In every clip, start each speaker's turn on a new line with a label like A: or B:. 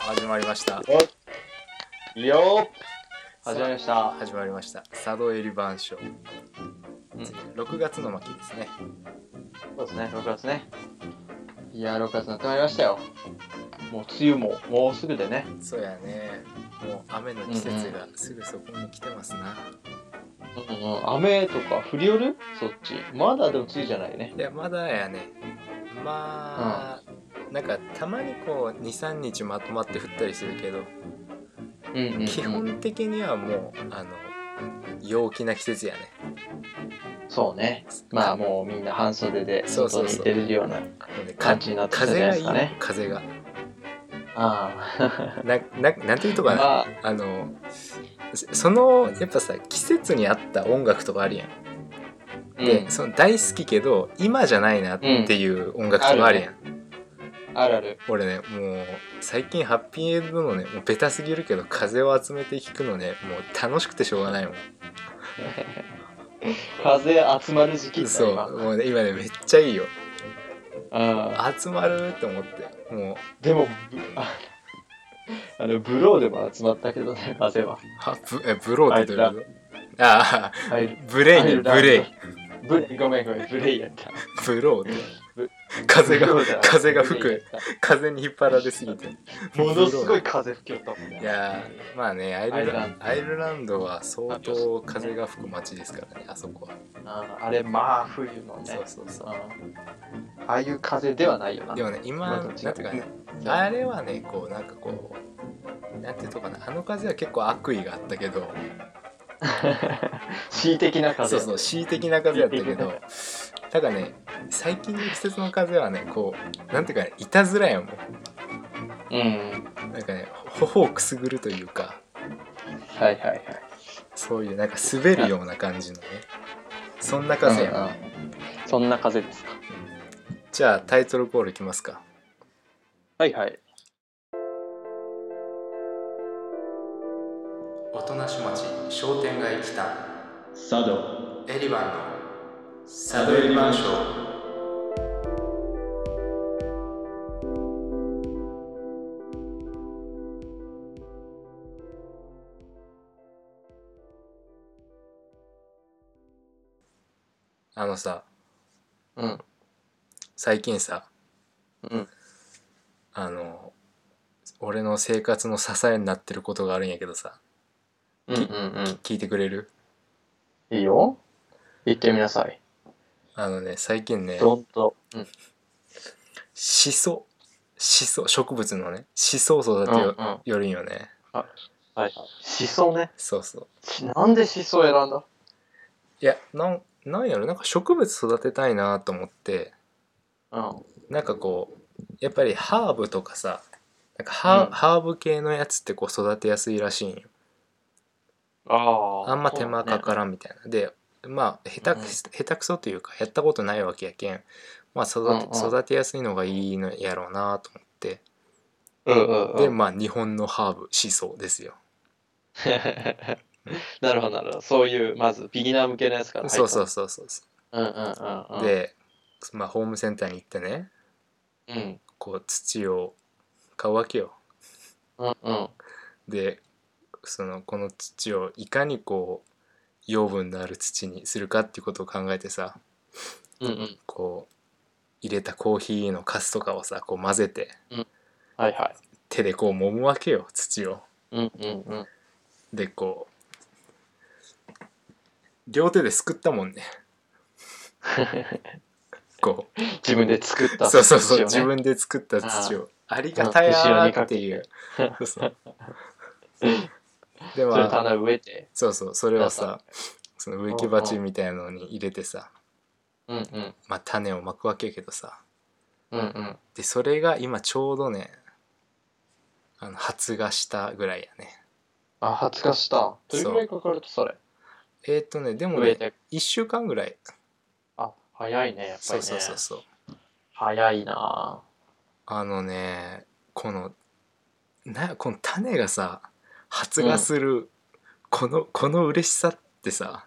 A: 始まりました
B: いいよ
A: 始
C: 始
A: ま
C: ま
A: りま
C: りました。
A: 始まりました佐渡エリバン賞6月の巻ですね
C: そうですね、6月ね。いやー、6月になってまいりましたよ。もう梅雨ももうすぐでね。
A: そうやねもう雨の季節がすぐそこに来てますな、
C: うんうん、雨とか降りよるそっち。まだでも梅雨じゃないね。
A: いやまだやねまあ、なんかたまにこう23日まとまって降ったりするけど
C: うんうん、うん。
A: 基本的にはもうあの陽気な季節やね
C: そうね。まあもうみんな半袖で
A: そうそう
C: 外に
A: そう
C: 出れるような。
A: あのね
C: 感じになってたんじゃないですかね
A: 風がいい
C: ああ。
A: 風がなななんていうとかな、
C: まあ、
A: あのそそのやっぱさ季節に合った音楽とかあるやん、
C: う
A: で
C: ん。
A: その大好きけど今じゃないなっていう音楽とかあるやん、
C: あるある。
A: 俺ねもう最近ハッピーエンドのねもうベタすぎるけど風を集めて聴くのねもう楽しくてしょうがないもん
C: 風集まる時期だ
A: そう
C: 今
A: もう、ね、今ねめっちゃいいよ
C: うん。
A: 集まるって思ってもう
C: でも、ぶ ああの、ブローでも集まったけどね、風は。
A: はブえブローってどういうことああ
C: 入る。
A: ブレイねブレイ
C: イ。ブレイ、ごめんごめん、ブレイやった。
A: ブローって
C: ブ
A: 風が
C: ブローだ
A: 風が吹
C: ブレイ
A: く
C: やっ
A: 風に引っ張られすぎて
C: たものすごい風吹きよったもんね。
A: いやーまあねアイルランドア
C: ア
A: イルランドは相当風が吹く街ですからねあそこは、
C: ああれ、まあ、冬のね。
A: そうそうそう
C: うんああいう風ではないよな。
A: でもね今なんていうかねあれはねこうなんかこうなんていうとかなあの風は結構悪意があったけど
C: 恣意的な風。
A: そうそう恣意的な風やったけ
C: 恣意的
A: どただね最近の季節の風はねこうなんていうかねいたずらやもん
C: うん。
A: なんかね頬をくすぐるというか
C: はいはいはい。
A: そういうなんか滑るような感じのねそんな風やもん、
C: うんそんな風ですか。
A: じゃあタイトルコールいきますか
C: はいはい。
A: おとなし町商店街北
B: 佐渡
A: エリバンのサドエリバンショーあのさ
C: うん。
A: 最近さ
C: うん。
A: あの俺の生活の支えになってることがあるんやけどさ
C: うんうん
A: 聞いてくれる
C: うん。いいよ。言ってみなさい。
A: あのね最近ね
C: どんと。うん。
A: シソシソ植物のねシソを育てよ,、
C: うんうん
A: よるんよね
C: はい。しそね。
A: そうそう
C: しなんでしそ選んだ
A: いやなんなんやろなんか植物育てたいなと思って
C: うん。
A: なんかこうやっぱりハーブとかさなんかハー,、
C: うん
A: ハーブ系のやつってこう育てやすいらしいんよ
C: ああ
A: あんま手間か
C: る。
A: からんみたいな、でまあ下手,、
C: うん
A: 下手くそというかやったことないわけやけんまあ育て,、
C: うんうん
A: 育てやすいのがいいのやろうなと思って
C: うんうんうん。
A: でまあ日本のハーブシソですよ
C: なるほどなるほどそういうまずビギナー向けのやつから入った
A: そうそうそうそうそ
C: うんうんうんう
A: うんで、まあ、ホームセンターに行ってね
C: うん
A: こう土を買うわけよ
C: うんうん
A: でそのこの土をいかにこう養分のある土にするかっていうことを考えてさ
C: うんうん
A: こう入れたコーヒーのカスとかをさこう混ぜて
C: はいはい
A: 手でこう揉むわけよ土を。
C: うんうんうん
A: でこう両手ですくったも んね。こう
C: 自分で作った
A: そうそうそう、
C: 土
A: 自
C: をね
A: 分で作った土をありがたやーっていう。そう そうで
C: それ
A: まあ
C: 棚植えて
A: そうそうそれをさその植木鉢みたいのに入れてさ
C: うんうん
A: まあ種をまくわけやけどさ
C: うんうん
A: でそれが今ちょうどねあの発芽したぐらいやね
C: あ発芽したどれくらいかかるとそれ
A: えっ、とねでも
C: 植え
A: ね
C: て
A: 1週間ぐらい、
C: あ早いねやっぱ
A: そ
C: り
A: う
C: ね
A: そうそうそう
C: 早いな
A: あのねこのなこの種がさ発芽する、このこの嬉しさってさ、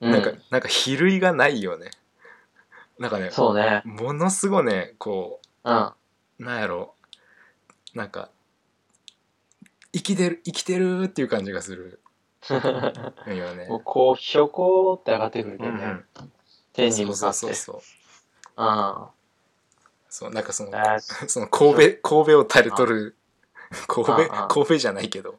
C: ぁ
A: なんか
C: う
A: なんか比類がないよねなんかね
C: そうね
A: ものすごいねこ
C: うん
A: うなんやろなんか生きてる生きてるっていう感じがするよね。
C: もうこう、ひょこーって上がってくるけ
A: う
C: ど
A: んう
C: ね
A: ん。
C: 天に向かって。
A: そうそうそうそう
C: あ
A: そうなんかその
C: あ。あ
A: その神戸神戸を垂れとる神
C: あ
A: 戸
C: あ
A: 神戸じゃないけ ど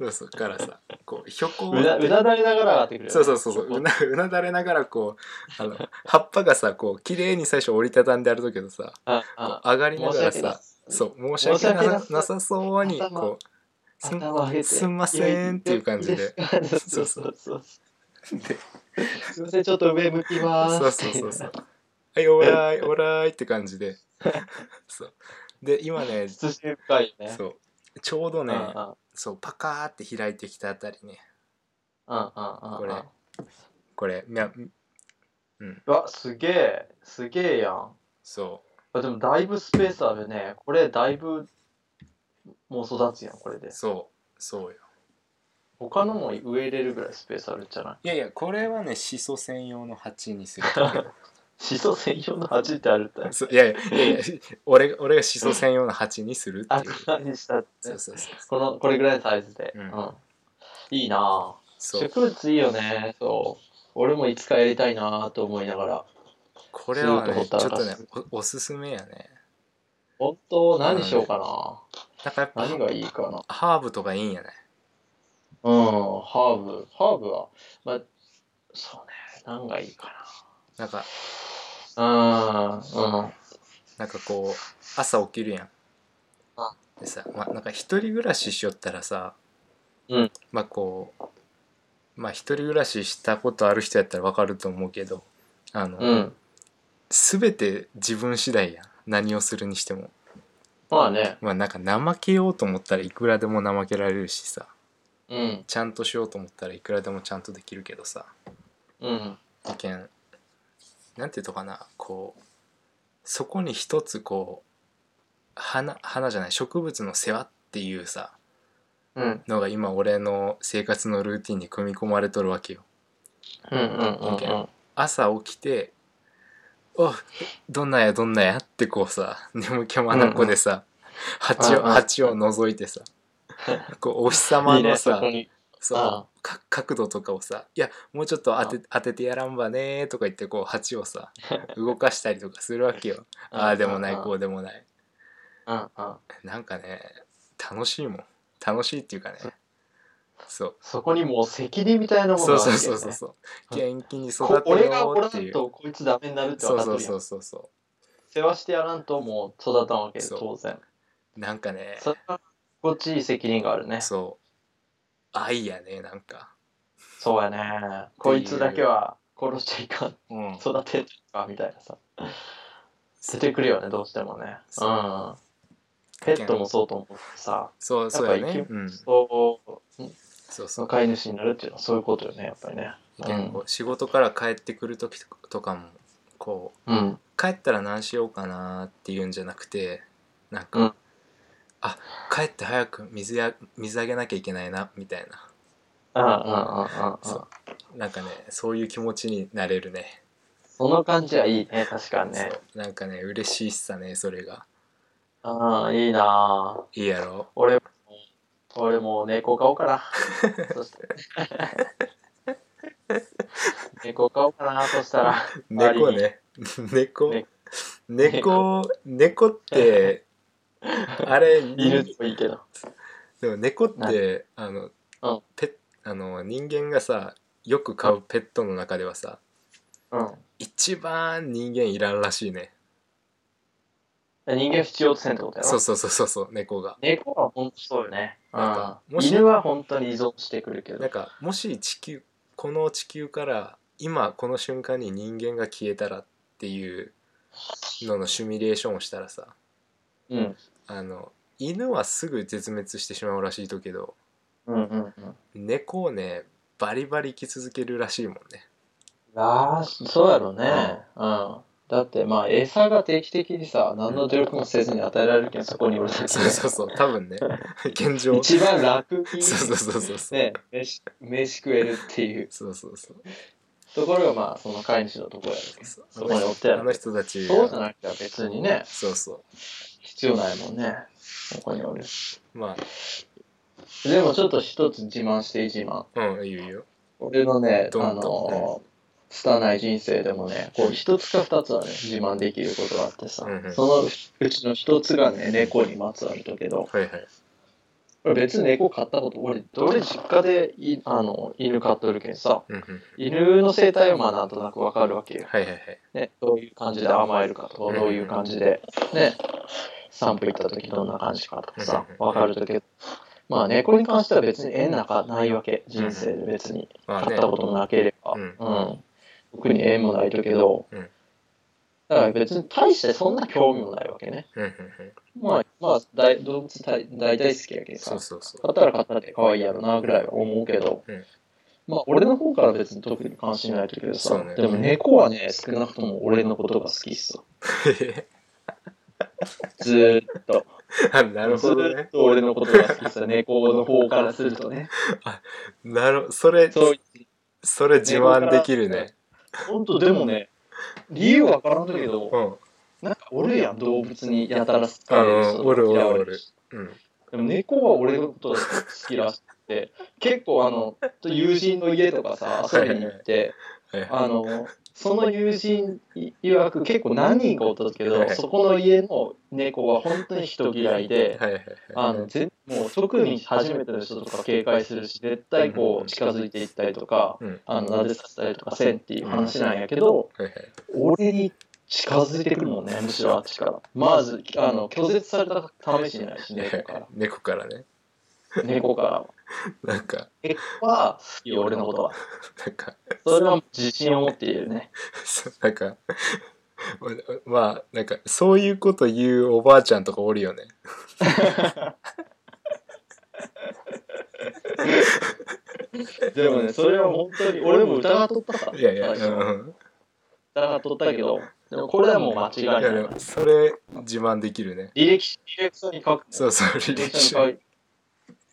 A: そうそうからさこうひょこ
C: うだ、うだだりながら上がってくるよね。
A: そうそうそうそうう
C: ひょこ
A: なうなだれながらこうあの葉っぱがさこう綺麗に最初折りたたんであるとけどさ
C: あ
A: こ
C: あ。
A: う上がりな
C: 申
A: が
C: し
A: ら
C: 訳な
A: さ
C: い。
A: そう申し訳な
C: 申し訳な
A: さ
C: さ
A: なさそうに
C: 頭
A: こうすん
C: 頭上げて。
A: すんませんっていう感じで。
C: いや。いいですかそうそうそう。すいません、ちょっと上向きま
A: そう
C: ーす。
A: そうそうそう。はい、オーライ、オーライって感じ で。そう。で、今ね、
C: 慎み深いよね。
A: そう。ちょうど
C: う
A: ね
C: ん、うん。うん
A: そう、パカーって開いてきたあたりね。
C: うんうん。
A: これこれ、いや、うん、
C: うわ、すげえ。すげえやん。
A: そ
C: あでもだいぶスペースあるね。これだいぶもう育つやん、これで
A: う、。そう、そうよ。
C: 他のも植えれるぐらいスペースあるんじゃない
A: いやいや、これはね、シソ専用の鉢にすると思
C: シソ専用の鉢ってあるんだよ
A: う。。 そういやいや、いやいや、俺が、俺がシソ専用の鉢にする
C: あ
A: っていう。
C: にしたって
A: そうそうそう。
C: この。これぐらいのサイズで。
A: う
C: うんん。いいなぁ。
A: そう。
C: 植物いいよね。そう。俺もいつかやりたいなぁと思いながら。
A: これはね、
C: ず
A: ち
C: ー
A: ょ
C: っと
A: っ
C: ほったらか
A: とね
C: す、
A: おおすすめやね。
C: 本当、何しようかな。
A: なんかやっぱ、
C: 何がいいかな。
A: ハーブとかいいんやね。
C: うん、ハーブ。ハーブは、まあ、そうね。何がいいか
A: なんか、
C: な。うん。うん。
A: なんかこう朝起きるやん
C: あ。
A: でさ、まあ、なんか一人暮らししよったらさ、
C: うん
A: まあこうまあ一人暮らししたことある人やったらわかると思うけどあの、
C: うん。
A: 全て自分次第やん何をするにしても。
C: まあね、
A: まあなんか怠けようと思ったらいくらでも怠けられるしさ
C: うん、
A: ちゃんとしようと思ったらいくらでもちゃんとできるけどさ
C: うん、
A: 意見なんていうのかなこうそこに一つこう花花じゃない植物の世話っていうさ
C: うん、
A: のが今俺の生活のルーティンに組み込まれとるわけよ
C: うん、うん、うん、うん、
A: 朝起きて「おどんなんやどんなんや」ってこうさ眠気まなこでさ、鉢を
C: うんうん
A: 鉢を覗いてさこうお日様
C: いいね、
A: の
C: そ
A: さ
C: こに。
A: そう
C: あ
A: か角度とかをさ「いやもうちょっと当て当ててやらんばね」とか言ってこう鉢を さ動かしたりとかするわけよああでもないこ
C: う。
A: うでもない
C: うん、うん。
A: なんかね楽しいもん楽しいっていうかねそう
C: そこにもう責任みたいなもの
A: そ
C: が
A: う
C: ある
A: そう
C: わ
A: そうそう
C: けよね
A: そう
C: うん
A: 元気に育
C: こ
A: て
C: 俺がお
A: よう
C: ら
A: ってい
C: ん
A: う
C: とこいつダメになるって
A: そ
C: 分
A: う
C: かっ
A: そ
C: て
A: うそ
C: るやん
A: うそうそ
C: 世話してやらんともう育たんわけで
A: そう
C: 当然
A: うなんかね
C: それはこっちに責任があるね
A: そう愛やねなんか
C: そうやねこいつだけは殺しちゃいかん
A: うん
C: 育てちゃいかんみたいなさ出てくるよねどうしてもね
A: そううん
C: ペットもそうと思うしさ
A: そう
C: やっ
A: そ
C: ぱ
A: うや
C: 生き
A: ねうん
C: そう
A: そうそう
C: の飼い主になるっていうのはそういうことよねやっぱりね
A: 結構仕事から帰ってくる時とかもこう
C: うん
A: 帰ったら何しようかなっていうんじゃなくてなんか、
C: うん
A: あ帰って早く水や水あげなきゃいけないなみたいな
C: うんうんうんう
A: そ
C: んう
A: うんなんかねそういう気持ちになれるね
C: その感じはいいね確かにね
A: そうなんかね嬉しいっさねそれが
C: うんいいなぁ
A: いいやろ
C: 俺も俺も猫飼おうか なそして猫飼おうかなそしたら周りに
A: 猫ね 猫
C: ね
A: 猫猫 ってあれ
C: 犬でもいいけど
A: でも猫ってあの、
C: うん
A: ペあの人間がさよく飼うペットの中ではさ、
C: うん
A: 一番人間いらんらしいね
C: 人間必要とせんってことや
A: そう
C: ろ
A: そうそうそうそう猫が
C: 猫は本当そうよねう
A: なんか
C: ん
A: もし
C: 犬は本当に依存してくるけ
A: な
C: ど
A: んかもし地球この地球から今この瞬間に人間が消えたらっていうののシミュレーションをしたらさ
C: うん
A: あの犬はすぐ絶滅してしまうらしいとけど
C: うんうんうん
A: 猫をねバリバリ生き続けるらしいもんね
C: ああ、そうやろね。うん。だって、まあ、餌が定期的にさ、何の努力もせずに与えられるけん、そこに俺たち
A: そうそうそう多分ね現状そう
C: 一番楽に、
A: そうそうそうそう、
C: ね、飯、飯食えるっていう
A: そうそうそう
C: ところが、まあ、その飼い主のところやろ。
A: そう
C: そこにおってや
A: あの
C: る。
A: 人たち
C: そうじゃなくては別にね、
A: そうそう
C: 必要ないもんね。ここにおる。
A: ま
C: でもちょっと一つ自慢していい自慢。
A: あ、うん、いいよ。
C: 俺のね、
A: どんどん
C: あの、拙い人生でもね、こう一つか二つはね、自慢できることがあってさ、
A: うんうん
C: そのうちの一つがね、猫にまつわるんだけど、
A: はいはい。
C: 俺別に猫飼ったこと、俺、俺実家でいあの犬飼っとるけんさ、
A: うんうん、
C: 犬の生態はまあなんとなくわかるわけよ。
A: はいはいはい。
C: ね、どういう感じで甘えるかと
A: うん
C: か、どういう感じで、ね、散歩行った時どんな感じかとかさ
A: うん、
C: わかるんだけど、まあ猫に関しては別に縁なんかないわけ、人生で別に。
A: まあ
C: 買
A: ね
C: った。こともなければ、
A: うん
C: うん特に縁もないけど、
A: うん
C: だから別に大してそんな興味もないわけね。
A: うんうんうん、
C: まあ、まあ、だい動物大大体好きやけど
A: そ
C: さ
A: う、そうそう。
C: 買ったら買ったって可愛いやろなぐらいは思うけど、
A: うん
C: まあ俺の方から別に特に関心ないけど
A: そ
C: さ、
A: うね
C: でも猫はね、少なくとも俺のことが好きっすよ。ずーっと。
A: あ なるほど
C: ずー
A: ね
C: っ。と俺のことが好きっすよ。猫の方からするとね。
A: なるそれ
C: そう、
A: それ自慢できるね。
C: ほんとでもね、理由わからんだけど、
A: うん。
C: なんかおるやん、動物にやたら好き
A: あのおるおるおる。うん。
C: でも猫は俺のこと好きらしくて、結構あの、友人の家とかさ、遊びに行って、
A: はいはい
C: あの、その友人曰く結構何人かおったけ
A: は
C: ど、
A: い
C: そこの家の猫は本当に人嫌いで、
A: はいはいはい。
C: あのぜもう特に初めての人とか警戒するし絶対こう近づいていったりとか、
A: うん
C: あの撫でさせたりとかせんっていう話なんやけど、
A: はいはい
C: 俺に近づいてくるもんねむしろあっちからまずあの拒絶された試しな いし猫から
A: 猫からね。
C: 猫からは
A: なんか、
C: 猫は好き俺のことは
A: なんか、
C: それは自信を持っているね
A: そうなんか、 まあ、なんか、そういうこと言うおばあちゃんとかおるよね。
C: でもねそれは本当に俺も疑っとったから
A: いやいや、う
C: 最初
A: ん。
C: 疑っとったけどでもこれはもう間違いない
A: いや、でも、それ自慢できるね。
C: 履歴書履歴書に書く
A: そうそう、履歴書。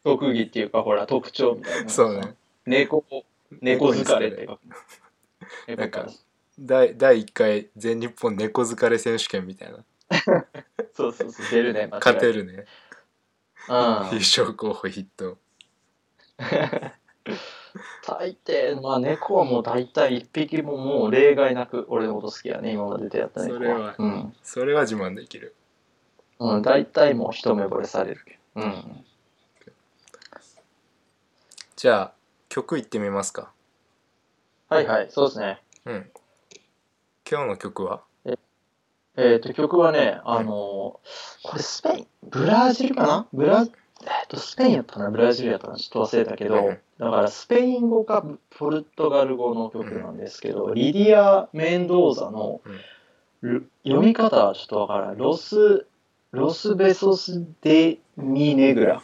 C: 特技っていうかほら特徴みたいな
A: そうね。
C: 猫猫疲れって書く
A: な
C: 猫
A: ん
C: か
A: か第第1回全日本猫疲れ選手権みたいな。
C: そうそうそう出るね間違いない
A: 勝てるね。
C: うん
A: 優勝候補筆頭。
C: 大抵まあ猫はもう大体一匹ももう例外なく俺のこと好きやね今まで出会った猫
A: それは
C: うん、
A: それは自慢できる。
C: うん、大体もう一目惚れされるけどうん
A: じゃあ、曲いってみますか。
C: はいはいそうですね
A: うん。今日の曲は
C: えっ、と曲はねあのーこれスペインブラジルかなブラえっと、スペインやったかなブラジルやったかなちょっと忘れたけど、
A: うん
C: だからスペイン語かポルトガル語の曲なんですけど、リディア・メンドーザの、ル読み方はちょっとわからない。ロス、ロスベソス・デ・ミネグラ。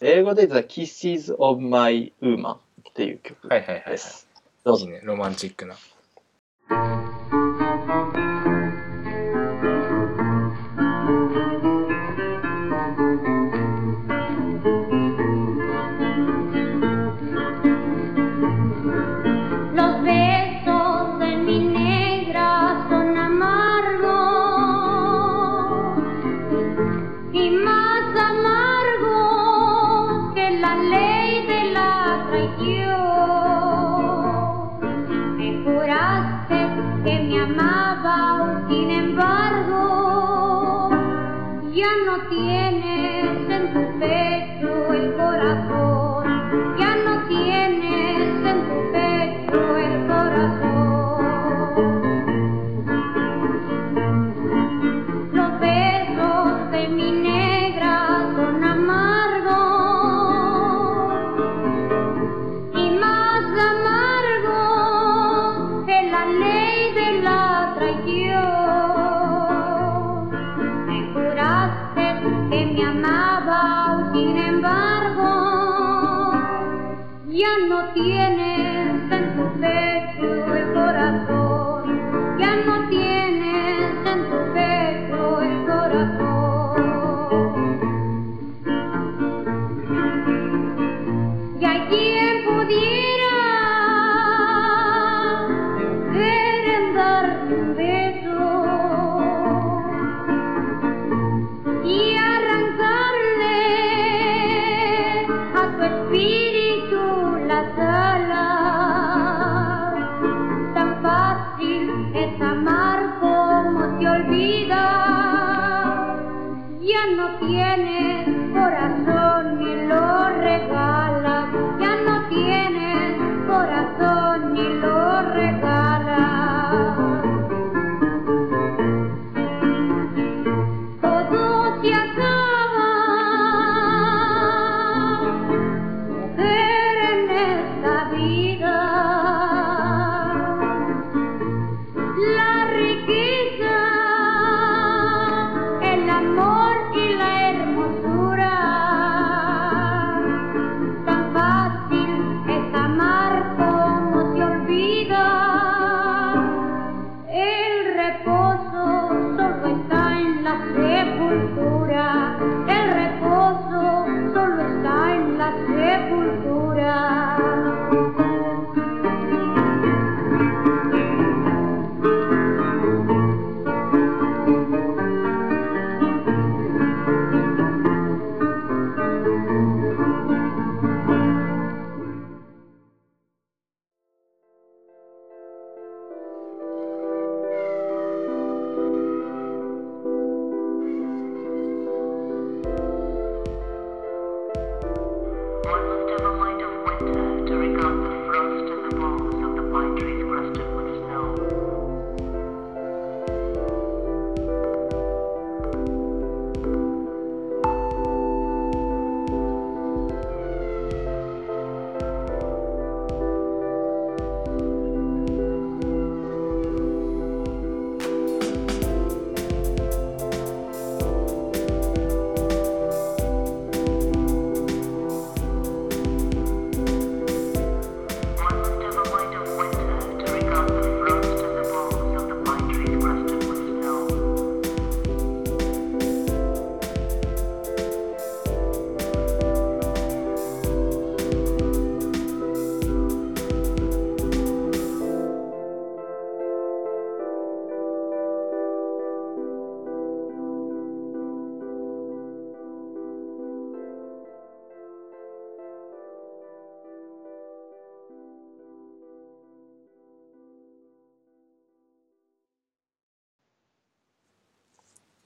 C: 英語で The Kisses of My Woman っていう曲
A: はいはいは
C: で
A: い。
C: す。どう
A: い
C: ぞ
A: いね、ロマンチックな。
D: Los besos de mi negra son amargos y más amargos que la ley de la traición. Me juraste que me amaba, sin embargo, ya no tienes en tu pecho el corazón, ya no tienes en tu pecho el corazón. Los besos de mi negra son amargos y más amargos que la ley de la traición. Me juraste que me amaba, sin embargo, ya no tienes en tu pecho el corazón, ya no tienes en tu pecho el corazón. Y hay quien pudiera querer darte un beso.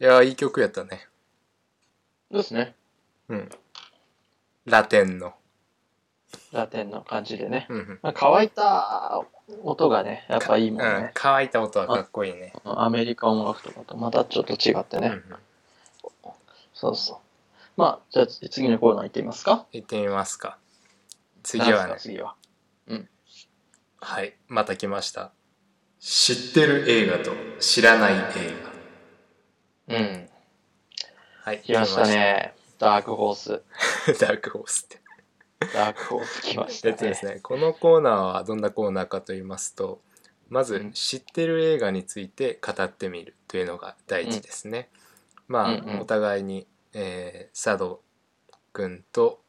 A: いやーいい曲やったね
C: ですね。
A: うんラテンの
C: ラテンの感じでね。
A: うんうん
C: まあ、乾いた音がね、やっぱいいもん
A: うん
C: ね。
A: 乾いた音はかっこいいね
C: アメリカ音楽とかとまたちょっと違って
A: うんう
C: ね。
A: ん
C: そうそう。まあ、じゃあ次のコーナー行ってみますか。
A: 行ってみますか次
C: なん
A: は
C: す
A: ね
C: か次は。
A: はいまた来ました知ってる映画と知らない映画
C: うん。
A: はい
C: 来ましたね。ダークホース。
A: 来ました ダークホースって
C: ダークホース来ました
A: えっ
C: ね。
A: とですね、このコーナーはどんなコーナーかと言いますとま
C: う
A: ず
C: ん
A: 知ってる映画について語ってみるというのが第一ですね。まあ、
C: うんうん
A: お互いに、えー佐渡君と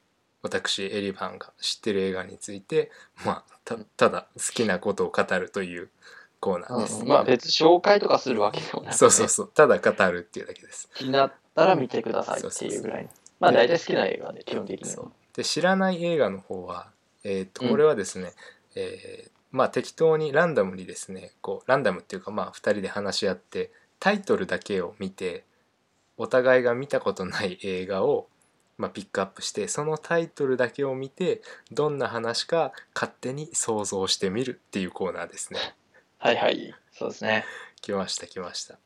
A: 私エリバンが知ってる映画について、まあ、たただ好きなことを語るというコーナーです。
C: うん、まあ別に紹介とかするわけでもなく、ね、
A: そうそうそうただ語るっていうだけです。
C: 気になったら見てくださいっていうぐらいのまあ大体好きな映画で基本的に
A: そ
C: は
A: うで知らない映画の方は、えー、と
C: うん
A: これはですね、えーまあ適当にランダムにですねこうランダムっていうかまあ2人で話し合ってタイトルだけを見てお互いが見たことない映画を、まあ、ピックアップしてそのタイトルだけを見てどんな話か勝手に想像してみるっていうコーナーですね。
C: はいはいそうですね
A: 来ました来ました。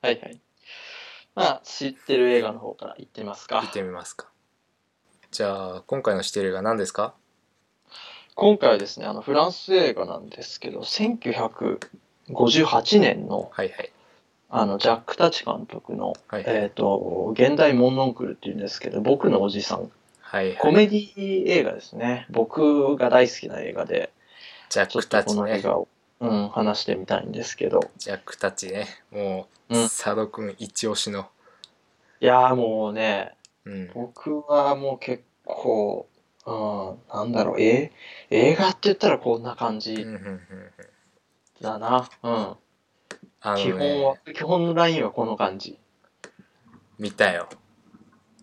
C: はいはいまあ知ってる映画の方から行ってみますか
A: 見てみますか。じゃあ今回の指定例が何ですか
C: 今回はですねあのフランス映画なんですけど1958年の
A: はいはい。
C: あのジャック・タチ監督の
A: はいはい。
C: えっ、と「現代モンノンクル」っていうんですけど僕のおじさん
A: はいは
C: コ
A: い、
C: メディ映画ですね僕が大好きな映画で
A: ジャ
C: ちょ
A: ッ
C: っ
A: ク
C: と
A: た
C: こ
A: ち
C: の
A: ね
C: 映。画を、うん、話してみたいんですけど
A: ジャックたちねもう、
C: うん
A: 佐渡君一押しの、
C: いやーもうね
A: うん、
C: 僕はもう結構、うん、なんだろう、え映画って言ったらこんな感
A: うんう
C: じ
A: んうんうん
C: だな。うん。
A: あの
C: 基本は
A: ね、
C: 基本のラインはこの感じ。
A: 見たよ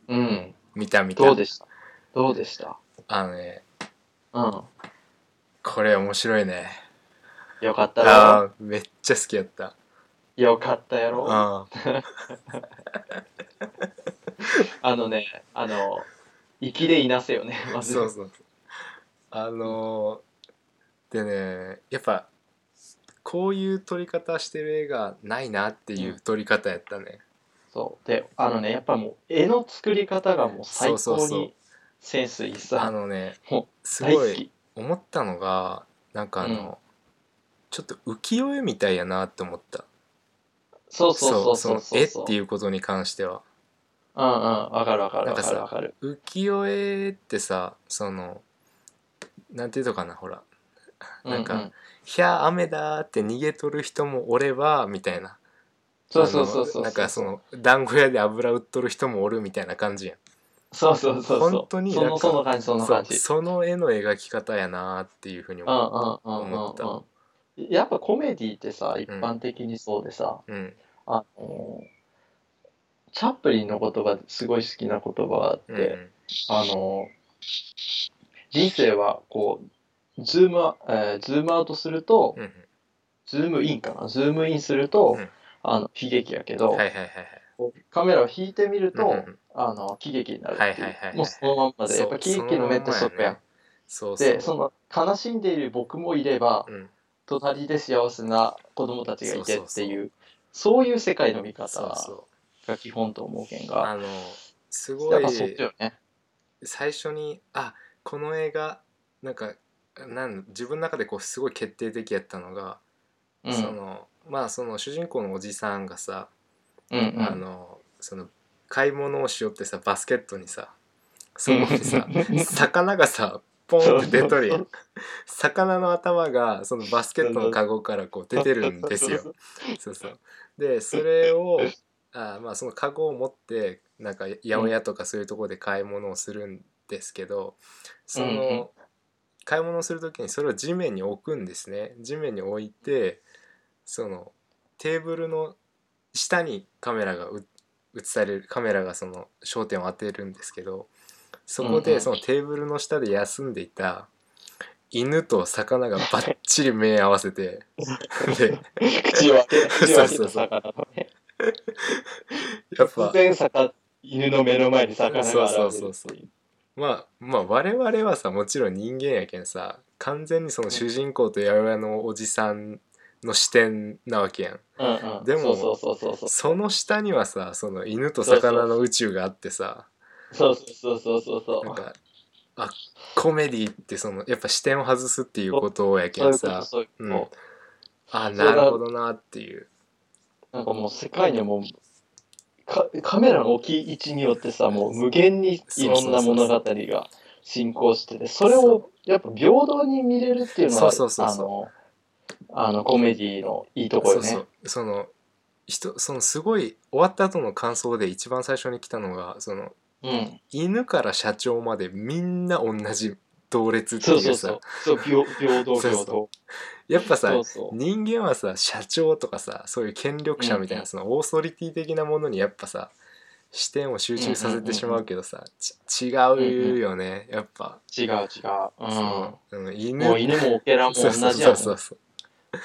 C: うん。
A: 見た見た
C: どうでしたどうでした
A: あのね
C: うん。
A: これ面白いね
C: よかった
A: あ
C: ら、
A: あーめっちゃ好きやった
C: よかったやろ。あ
A: あ
C: のね、あの、粋でいなせよね、 ま
A: あ
C: ず。
A: そうそうあのーでねやっぱこういう撮り方してる映画ないなっていう撮り方やったね、
C: そうで、あのね、やっぱもう、絵の作り方がもう最
A: そうそう
C: 高
A: そう
C: にセンスいい
A: あ
C: さ。
A: のね
C: も
A: す
C: う、大
A: ご
C: 好
A: い
C: き。
A: 思ったのがなんかあの、
C: うん
A: ちょっと浮世絵みたいやなって思った
C: そうそうそ
A: そ
C: うそう。
A: の絵っていうことに関しては
C: うんうん、わかるわかる
A: なんか
C: わか
A: さ
C: るわかる。
A: 浮世絵ってさそのなんていうのかなほらなんか
C: うう
A: 「ひゃー雨だ」って逃げとる人もおればみたいな
C: そうそうそうそ
A: あの
C: う。
A: なんかその団子屋で油売っとる人もおるみたいな感じやん
C: そうそうそうそう。
A: 本当に
C: そ
A: なん
C: の
A: か
C: その感じ、その感じ。
A: その絵の描き方やなーっていうふうに
C: うん
A: 思う
C: うんうん
A: 思った
C: うんうん。やっぱコメディってさ、一般的にそうでさ、
A: うん
C: あの、チャップリンの言葉ですごい好きな言葉があって、
A: うんうん
C: あの、人生はこう、ズームア、えーズームアウトすると、
A: うん
C: ズームインかな、ズームインすると、
A: うん
C: あの悲劇やけ
A: う
C: ど、
A: んはいはいはいはい
C: こうカメラを引いてみると、
A: うんうん
C: あの喜劇になるって
A: はいいはいはいは
C: う
A: い
C: もうそのまんまで
A: そ
C: やっ
A: う
C: ぱ喜劇の目ってそこやん
A: そうそう
C: でその悲しんでいる僕もいれば
A: うん
C: 隣で幸せな子供たちがいてっていうそういう世界の見方
A: そうそう
C: が基本と思うけん
A: あ
C: が
A: のすご
C: やっ
A: い
C: ぱそっちよね
A: 最初にあこの映画なんかなん自分の中でこうすごい決定的やったのが、
C: うんう
A: そ
C: ん
A: のまあその主人公のおじさんがさ、
C: うん
A: あのその買い物をしよってさバスケットにさそこにさ
C: うん
A: 魚がさポンって出とるや ん魚の頭がそのバスケットのカゴからこう出てるんですよ。そう そうでそれをあまあそのカゴを持ってなんか八百屋とかそういうところで買い物をするんですけどその、
C: うんうん
A: 買い物をする時にそれを地面に置くんですね地面に置いてそのテーブルの下にカメラがう映されるカメラがその焦点を当てるんですけどそこ
C: うんう
A: で
C: ん
A: そのテーブルの下で休んでいた犬と魚がば っちり目合わせてで
C: 口を開け口を開けた
A: そうそうそう
C: 魚のね
A: やっ
C: 突
A: ぱ
C: 然さか犬の目の前に魚が現れるってい
A: そうそうそうまあまあ我々はさもちろん人間やけんさ完全にその主人公と八百屋のおじさんの視点なわけやん
C: うんうん
A: でも
C: そうそうそうそう
A: その下にはさその犬と魚の宇宙があってさ
C: そうそうそうそうそう
A: なんかあコメディってそのやっぱ視点を外すっていうことやけ
C: そう
A: ん
C: いうこと
A: さ
C: そういうこと、
A: うんあなるほどなっていう
C: なんかもう世界にはもうかカメラの置き位置によってさもう無限にいろんな物語が進行しててそれをやっぱ平等に見れるっていうのは
A: そうそうそう
C: あのあのコメディのいいとこ
A: そ
C: ろ
A: う
C: ね
A: そうその人そのすごい終わった後の感想で一番最初に来たのがその
C: うん
A: 犬から社長までみんな同じ同列ってい
C: そううそ
A: さ
C: うそうそう平平等
A: そうそ
C: 平等
A: やっぱさ
C: そうそう
A: 人間はさ社長とかさそういう権力者みたいな、
C: うんうん
A: そのオーソリティ的なものにやっぱさ視点を集中させてしまうけどさ、ち違うよね、やっぱ、
C: 違う違ううん
A: そのうん、犬
C: もう犬もオケラも同じやも
A: そう
C: ん
A: そうそうそう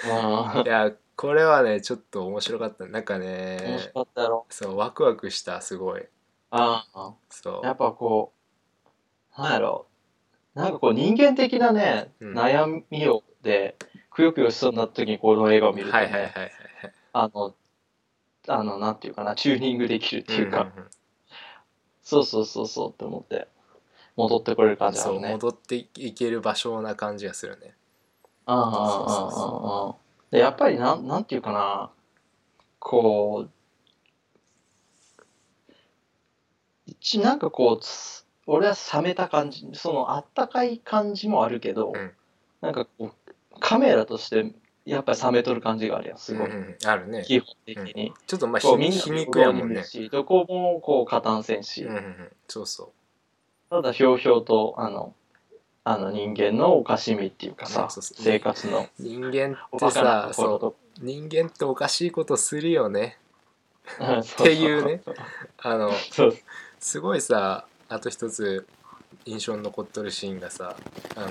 C: うん
A: いやこれはねちょっと面白かったなんか
C: 面
A: ね
C: 白かったやろ
A: そうワクワクしたすごい
C: ああ
A: そ
C: やっぱこう、なんやろう、なんかこう人間的なね、
A: うん
C: 悩みをで、くよくよしそうになった時にこの映画を
A: う
C: 見ると、
A: は
C: ね
A: いはいはいはい
C: あの、あの、なんていうかな、チューニングできるっていうか、
A: んんん
C: そうそうそうそうって思って、戻ってこれる感じだ
A: そう
C: も
A: ん
C: ね。
A: 戻っていける場所な感じがするね
C: ああ、ああ、
A: そうそう
C: ああ、ああ。で、やっぱりなん、なんていうかな、こう、ちなんかこう、つ俺は冷めた感じ、そのあったかい感じもあるけど、
A: うん
C: なんかこう、カメラとして、やっぱり冷めとる感じがあるやん、すごい。
A: うんうんあるね
C: 基本的に。
A: ちょっとまあ
C: こ
A: 皮
C: うみんな
A: 皮肉やもん
C: 平等に見る
A: ね
C: しどこもこう、加担せんし、
A: うんうんうんそうそ
C: ただひょうひょうと、あの、あの人間のおかしみっていうかさ、
A: そうそうそう
C: 生活の
A: う人間
C: お
A: って
C: バカな
A: さ
C: とこ
A: そ
C: ろ
A: う
C: と
A: 人間っておかしいことするよね
C: っ
A: っていうね。あの
C: そう
A: すごいさあと一つ印象に残っとるシーンがさあの、
C: ん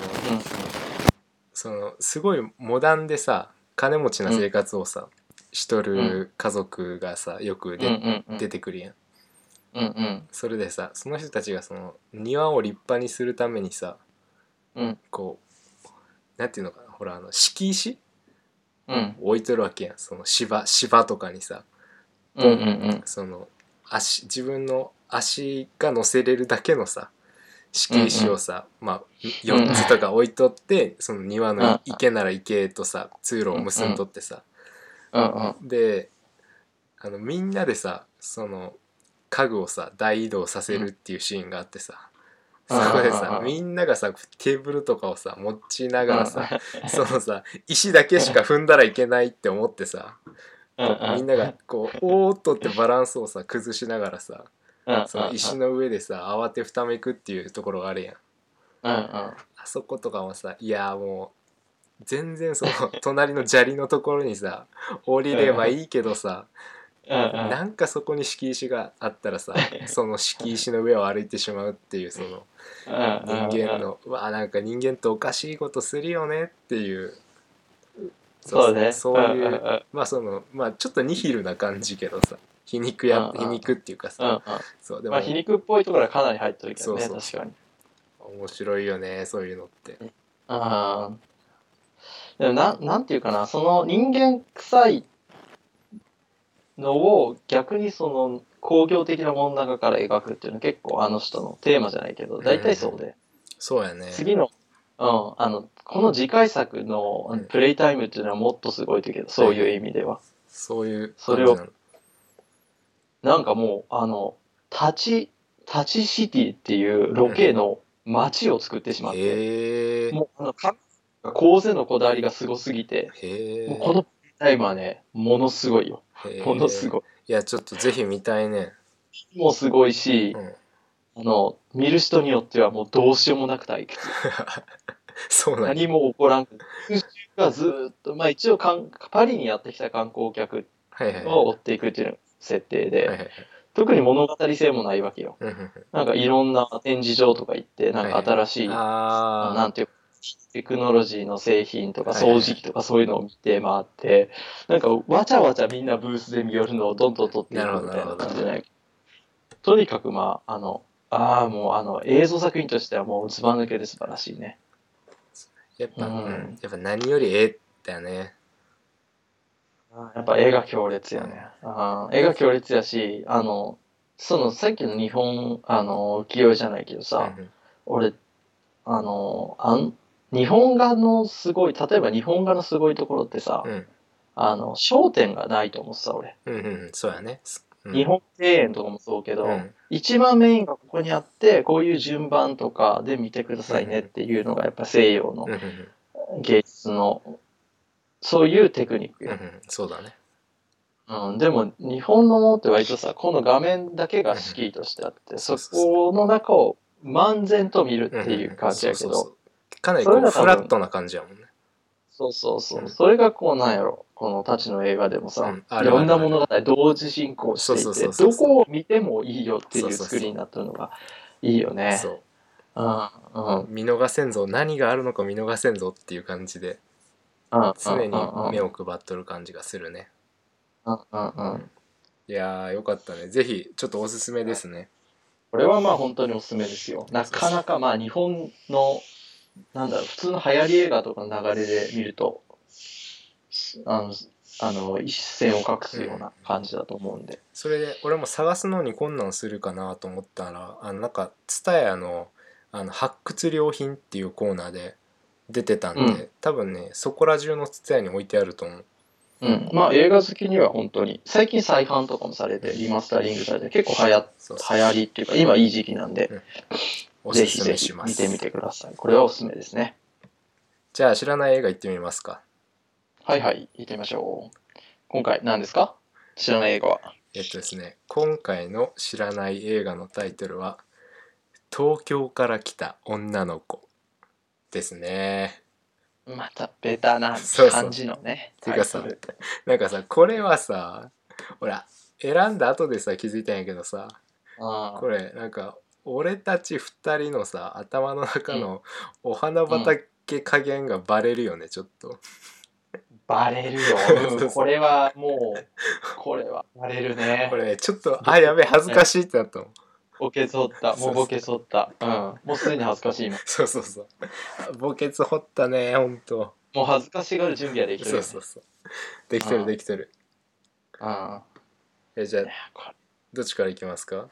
A: そのすごいモダンでさ金持ちな生活をさ、しとる家族がさよくで、
C: うんうんうん
A: 出てくるやん
C: うんうん
A: それでさその人たちがその庭を立派にするためにさ
C: うん
A: こうなんていうのかなほらあの敷石
C: うん
A: 置いとるわけやんその芝芝とかにさ
C: うんうん
A: その足自分の足が乗せれるだけのさ敷石をさ、まあ4つとか置いとって、その庭の池なら池とさ通路を結んどってさ、
C: うんうん
A: であのみんなでさその家具をさ大移動させるっていうシーンがあってさ、
C: うん
A: そこで
C: うんうん
A: さ
C: うん
A: みんながさテーブルとかをさ持ちながらさ、 そのさ石だけしか踏んだらいけないって思ってさみんながこうおーっとってバランスをさ崩しながらさその石の上でさ慌てふためくっていうところがあるやん
C: うんうん
A: あそことかもさいやーもう全然その隣の砂利のところにさ降りればいいけどさ
C: うん
A: なんかそこに敷石があった らさその敷石の上を歩いてしまうっていうその人間のうわーなんか人間っておかしいことするよねっていう
C: そうね
A: そうい
C: うんうんう
A: うんまあそのまあちょっとニヒルな感じけどさ皮肉や
C: うんう
A: 皮
C: ん
A: 肉っていうか
C: うんうん
A: さそうで
C: ま
A: も
C: あ皮肉っぽいところはかなり入ってるけどね
A: そう
C: 確
A: そ
C: かに
A: 面白いよねそういうのって
C: あーでもなんなんていうかなその人間臭いのを逆にその工業的なものの中から描くっていうのは結構あの人のテーマじゃないけど大体そうで
A: そうやね
C: 次の、うん、あの、この次回作の
A: うん
C: プレイタイムっていうのはもっとすごいというけど、そういう意味では。
A: そういう
C: それを
A: 感じなの
C: なんかもう、あの、タチ、タチシティっていうロケの街を作ってしまって、
A: へえ
C: もう、あの、か構成のこだわりがすごすぎて、
A: へえ
C: もうこのプレイタイムはね、ものすごいよ。ものすご
A: いいやちょっとぜひ見たいね
C: い。もうすごいし
A: う、ん
C: あの、見る人によってはもうどうしようもなく退屈。
A: そうなんや
C: 何も起こらん。空襲がずーっと、まあ一応かん、パリにやってきた観光客
A: はいはい
C: を追っていくっていうのが設定で、
A: はいはいはい
C: 特に物語性もないわけよ。
A: うんうんうん
C: なんかいろんな展示場とか行って、なんか新しい、
A: あ
C: な
A: あ
C: んていうかテクノロジーの製品とか
A: はいはい
C: 掃除機とかそういうのを見て回って、なんかわちゃわちゃみんなブースで見よるのをどんどん撮っていくみたいな感じじゃないとにかくまあ、あの、ああ、もうあの映像作品としてはもうずば抜けで素晴らしいね。
A: やっぱ、
C: うん
A: うんやっぱ何より絵だよね。
C: やっぱ絵が強烈やね。あー絵が強烈やし、あの、そのさっきの日本、あの、浮世絵じゃないけどさ、
A: うん
C: 俺あのあん日本画のすごい例えば日本画のすごいところってさ、
A: うん
C: あの焦点がないと思ってさ俺、
A: うんうんうん、そうやね。うん
C: 日本庭園とかもそうけど、
A: うん
C: 一番メインがここにあってこういう順番とかで見てくださいねっていうのがやっぱ西洋の
A: うんうんうん
C: 芸術のそういうテクニック
A: うんう
C: よ、
A: ん、そうだね。
C: うん、でも日本のものって割とさこの画面だけがシキーとしてあってそこの中を漫然と見るっていう感じやけ
A: うんうんそうそうそ
C: ど
A: うかなりこう
C: それが多分
A: フラットな感じやもんね。
C: そうそうそうう。
A: ん
C: それがこうなんやろ。このたちの映画でもさ、
A: うんあ
C: い
A: る
C: ろんな物語同時進行し
A: そう
C: て
A: そ
C: いうて、
A: そう
C: ど
A: そう
C: こを見てもいいよってい
A: そう
C: う
A: そうそう
C: 作りになってるのがいいよね。
A: そう
C: うんうんうん
A: 見逃せんぞ何があるのか見逃せんぞっていう感じで
C: うん
A: 常に目
C: を。
A: を配っとる感じがするね。
C: うんうんうん
A: いやーよかったね。ぜひちょっとおすすめですね。
C: これはまあ本当におすすめですよ。なかなかまあ日本の、なんだろう、普通の流行り映画とかの流れで見ると、あの、あの一線を画すような感じだと思うんで。
A: それで俺も探すのに困難するかなと思ったらあのなんか TSUTAYA のあの発掘良品っていうコーナーで出てたんで、
C: うん
A: 多分ねそこら中の TSUTAYA に置いてあると思う。
C: うん、まあ映画好きには本当に最近再販とかもされてリマスタリングされて結構流行
A: そうそう
C: 流行りっていうか今いい時期なんで、
A: お
C: ぜ
A: す
C: ひ
A: す
C: ぜ
A: め
C: ひ
A: しま
C: 見
A: す。
C: てみてくださいこれはおすすめですね
A: じゃあ知らない映画行ってみますか。
C: はいはい行ってみましょう今回何ですか知らない映画は
A: えっとですね今回の知らない映画のタイトルは「東京から来た女の子」ですね。
C: またベタな
A: そうそう
C: 感じのね
A: てかさ
C: タイトル
A: なんかさこれはさほら選んだ後でさ気づいたんやけどさ
C: あ
A: これなんか俺たち2人のさ頭の中のお花畑加減がバレるよねちょっと。
C: ーバレるよ、 うんこれはもうこれはバレるね
A: これねちょっとあや べえ恥ずかしいってなったもん。
C: ボケそったもうボケそったうんもうすでに恥ずかしい今
A: そうそうそう。墓穴掘ったねほんと。
C: もう恥ずかしがる準備はできてる
A: そうそ
C: よね
A: うそう。できて
C: あ
A: る
C: ー
A: できてる。
C: うん
A: えじゃあ
C: いやこれ
A: どっちからいきますか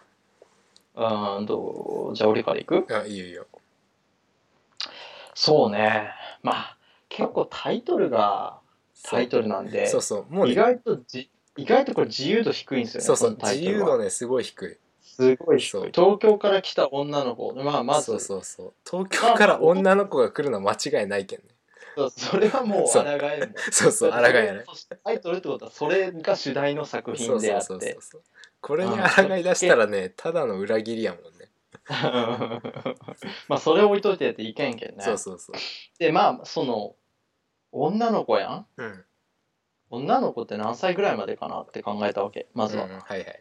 C: あーどうじゃあ俺から行く
A: あいいよいいよ。
C: そうねまあ結構タイトルがタイトルなんで
A: そうそうもうね
C: 意外とじ意外とこれ自由度低いんですよね
A: そうそう
C: このタイ
A: 自
C: トル
A: 由
C: は
A: 度ねすごい低い
C: すごい低い
A: そう
C: 東京から来た女の子まあまず
A: そうそうそう東京から女の子が来るのは間違いないけんね
C: そうそれはもう
A: そう
C: 抗えんもん
A: そうそう抗えない
C: そしてタイトルってことはそれが主題の作
A: そ
C: 品
A: う
C: で
A: そ
C: あ
A: う
C: っ
A: そう
C: て
A: そうこれに抗い出したらねただの裏切りやもんね
C: まあそれ置いといてっていけんけんね
A: そうそうそう
C: でまあその女の子やん
A: うん
C: 女の子って何歳ぐらいまでかなって考えたわけまずは、
A: うんはいはい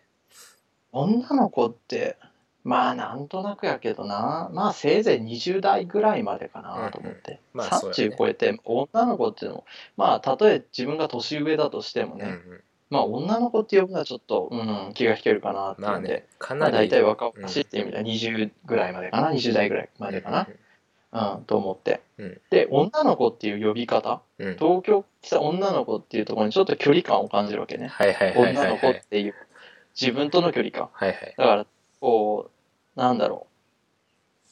C: 女の子ってまあなんとなくやけどなまあせいぜい20代ぐらいまでかなと思って、
A: うんまあそうやね
C: 30超えて女の子っていうのもまあたとえ自分が年上だとしても
A: うん
C: ね、
A: うん
C: まあ女の子って呼ぶのはちょっと、うん、気が引けるかなってい
A: まあ
C: うんで、
A: ねか
C: ま
A: な
C: あ
A: り
C: 大体若々しいっていう意味では20ぐらいまでかな20代ぐらいまでかな、うんと思って、
A: うん
C: で女の子っていう呼び方
A: うんうん
C: 東京来た女の子っていうところにちょっと距離感を感じるわけね、
A: はいはいはいは
C: 女
A: い
C: の
A: は
C: 子っ
A: い
C: ていう自分との距離感
A: はいはい
C: だからこうなんだろ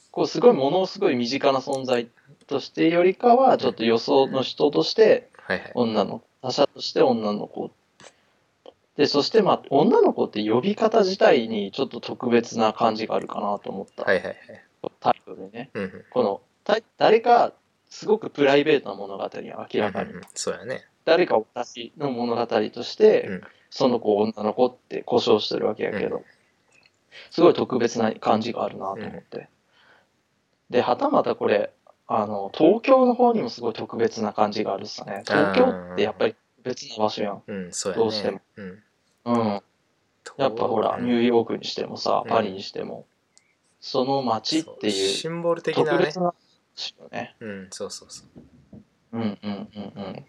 C: うこうすごいものすごい身近な存在としてよりかはちょっと予想の人として
A: はいはい
C: 女の子他者として女の子でそしてまあ女の子って呼び方自体にちょっと特別な感じがあるかなと思った、
A: はいはいはい
C: タイトルでね
A: うんうん
C: このた誰かすごくプライベートな物語は明らかに、
A: うんうんそうやね
C: 誰か私の物語として、
A: うん
C: その子を女の子って故障してるわけやけど、
A: う
C: すごい特別な感じがあるなと思って、ではたまたこれあの東京の方にもすごい特別な感じがあるっすね東京ってやっぱり別な場所やん、
A: うんそうやね
C: どうしても
A: うん
C: うん、やっぱほら
A: うん
C: ニューヨークにしてもさ
A: うん
C: パリにしても、その街って
A: そう
C: いう
A: シンボル的
C: 特
A: なね
C: 別なしよね。
A: うん、そうそうそう。
C: うんうんうんうん。だ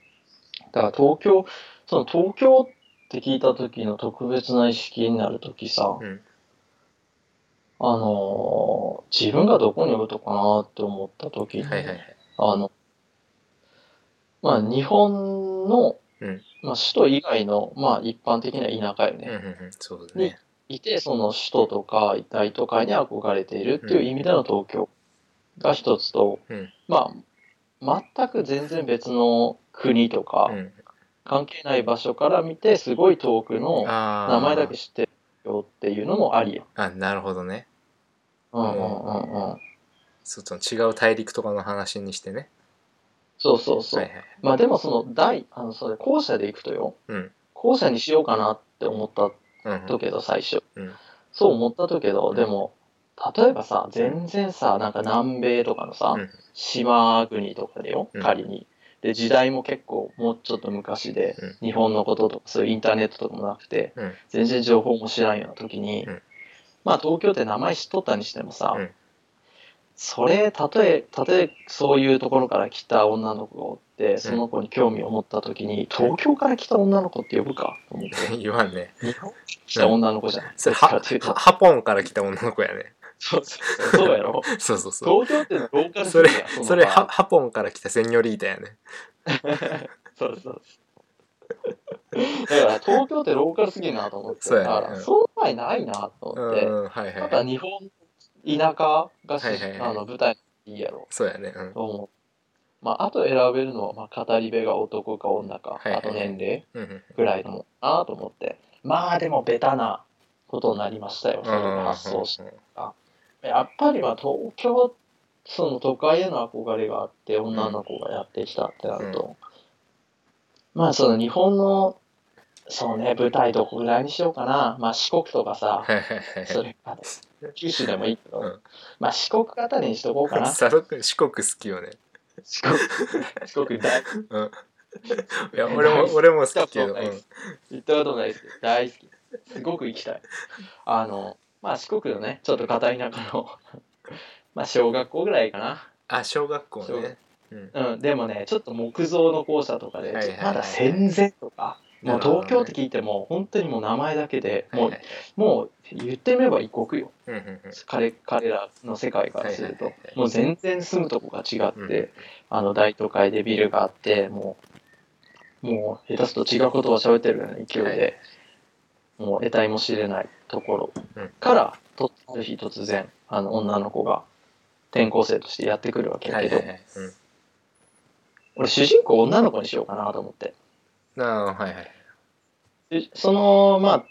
C: から東京、その東京って聞いた時の特別な意識になる時さ、
A: うん
C: あのー自分がどこにおるとかなって思った時に、
A: はいはいはい。
C: あの、まあ日本の、
A: うん
C: まあ首都以外の、まあ一般的な田舎
A: う
C: よ
A: んうん
C: ね。
A: うん、そうだね。
C: いて、その首都とか大都会に憧れているっていう意味での東京が一つと、
A: うん
C: まあ、全く全然別の国とか、
A: うん、
C: 関係ない場所から見て、すごい遠くの
A: あー
C: 名前だけ知ってるよっていうのもありや。
A: あ、なるほどね。
C: うんうんうんうん。
A: そうその違う大陸とかの話にしてね。
C: そうそうそう。
A: はいはい。
C: まあでもその大、あの、それ、校舎で行くとよ、
A: うん。
C: 校舎にしようかなって思った
A: うん、
C: とけど、最初。
A: うん
C: そう思ったとけど、
A: うん
C: でも、例えばさ、全然さ、なんか南米とかのさ、
A: うん
C: 島国とかでよ
A: う、ん
C: 仮に。で、時代も結構、もうちょっと昔で、日本のこととか、そういうインターネットとかもなくて、
A: うん
C: 全然情報も知らんような時に、
A: うん
C: まあ東京って名前知っとったにしてもさ、
A: うん
C: それ、たとえ、たとえそういうところから来た女の子がおって、その子に興味を持った時に、東京から来た女の子って呼ぶかと思って。
A: うん言わんね。
C: 日本から来た女の子じゃん。
A: それ
C: どっちか
A: は、
C: っていうと
A: は、ハポンから来た女の子やね。
C: そうそうそうそうやろ。
A: そうそうそう。
C: 東京ってローカル
A: それ
C: すぎや、ん
A: それ、
C: な
A: ハハポンから来たセニョリータやね。
C: そうそうそう。だから東京ってローカルすぎるなと思って、
A: そうや
C: だ
A: ね
C: から
A: うん
C: そんなんないなと
A: う
C: 思って、
A: ん、はい
C: た
A: は
C: だ
A: い。
C: 日本田舎がし、
A: はいはいはい
C: あの舞台いいやろ
A: そうやね。うん
C: と思う。まあ、あと選べるのは、まあ、語り部が男か女
A: は
C: か、
A: いはい
C: あと年齢
A: うんうん。
C: ぐらいのもんなと思って、まあでもベタなことになりましたよ、それで発想して。
A: うんうん
C: やっぱりまあ東京その都会への憧れがあって女の子がやってきたってなると、まあその日本のそうね舞台どこぐらいにしようかなまあ四国とか
A: は
C: さ、
A: いはいはい
C: それ あの九州でもいいけど、
A: うん
C: まあ四国あたりにしとこうか
A: はい。
C: な
A: 佐野君、四国好きよね。
C: 四国四国大
A: うん。いや、俺も、俺も好きけど。
C: 行ったこと
A: う
C: ない
A: ん
C: です行ったことないですけど大好きすごく行きたいあのまあ四国のねちょっと片田舎の まあ小学校ぐらいかな
A: あ、小学校ね。うん。
C: うん、でもね、ちょっと木造の校舎とかで、
A: はいはいはい
C: まだ戦前とか、もう東京って聞いても、本当にもう名前だけで、も
A: は
C: う、
A: いはい
C: もう言ってみれば異国よ、
A: うんうんうん
C: 彼彼らの世界からすると、
A: はいはいはいはい
C: もう全然住むとこが違って、
A: うん
C: あの大都会でビルがあって、もう、もう下手すると違うことを喋ってるような勢いで、
A: はい
C: もう得体も知れないところ
A: うん
C: から、とある日突然、あの女の子が転校生としてやってくるわけだ
A: は
C: け
A: い
C: ど、
A: はいはい。うん。
C: 俺主人公女の子にしようかなと思って
A: あーはいはい。
C: でそのまあ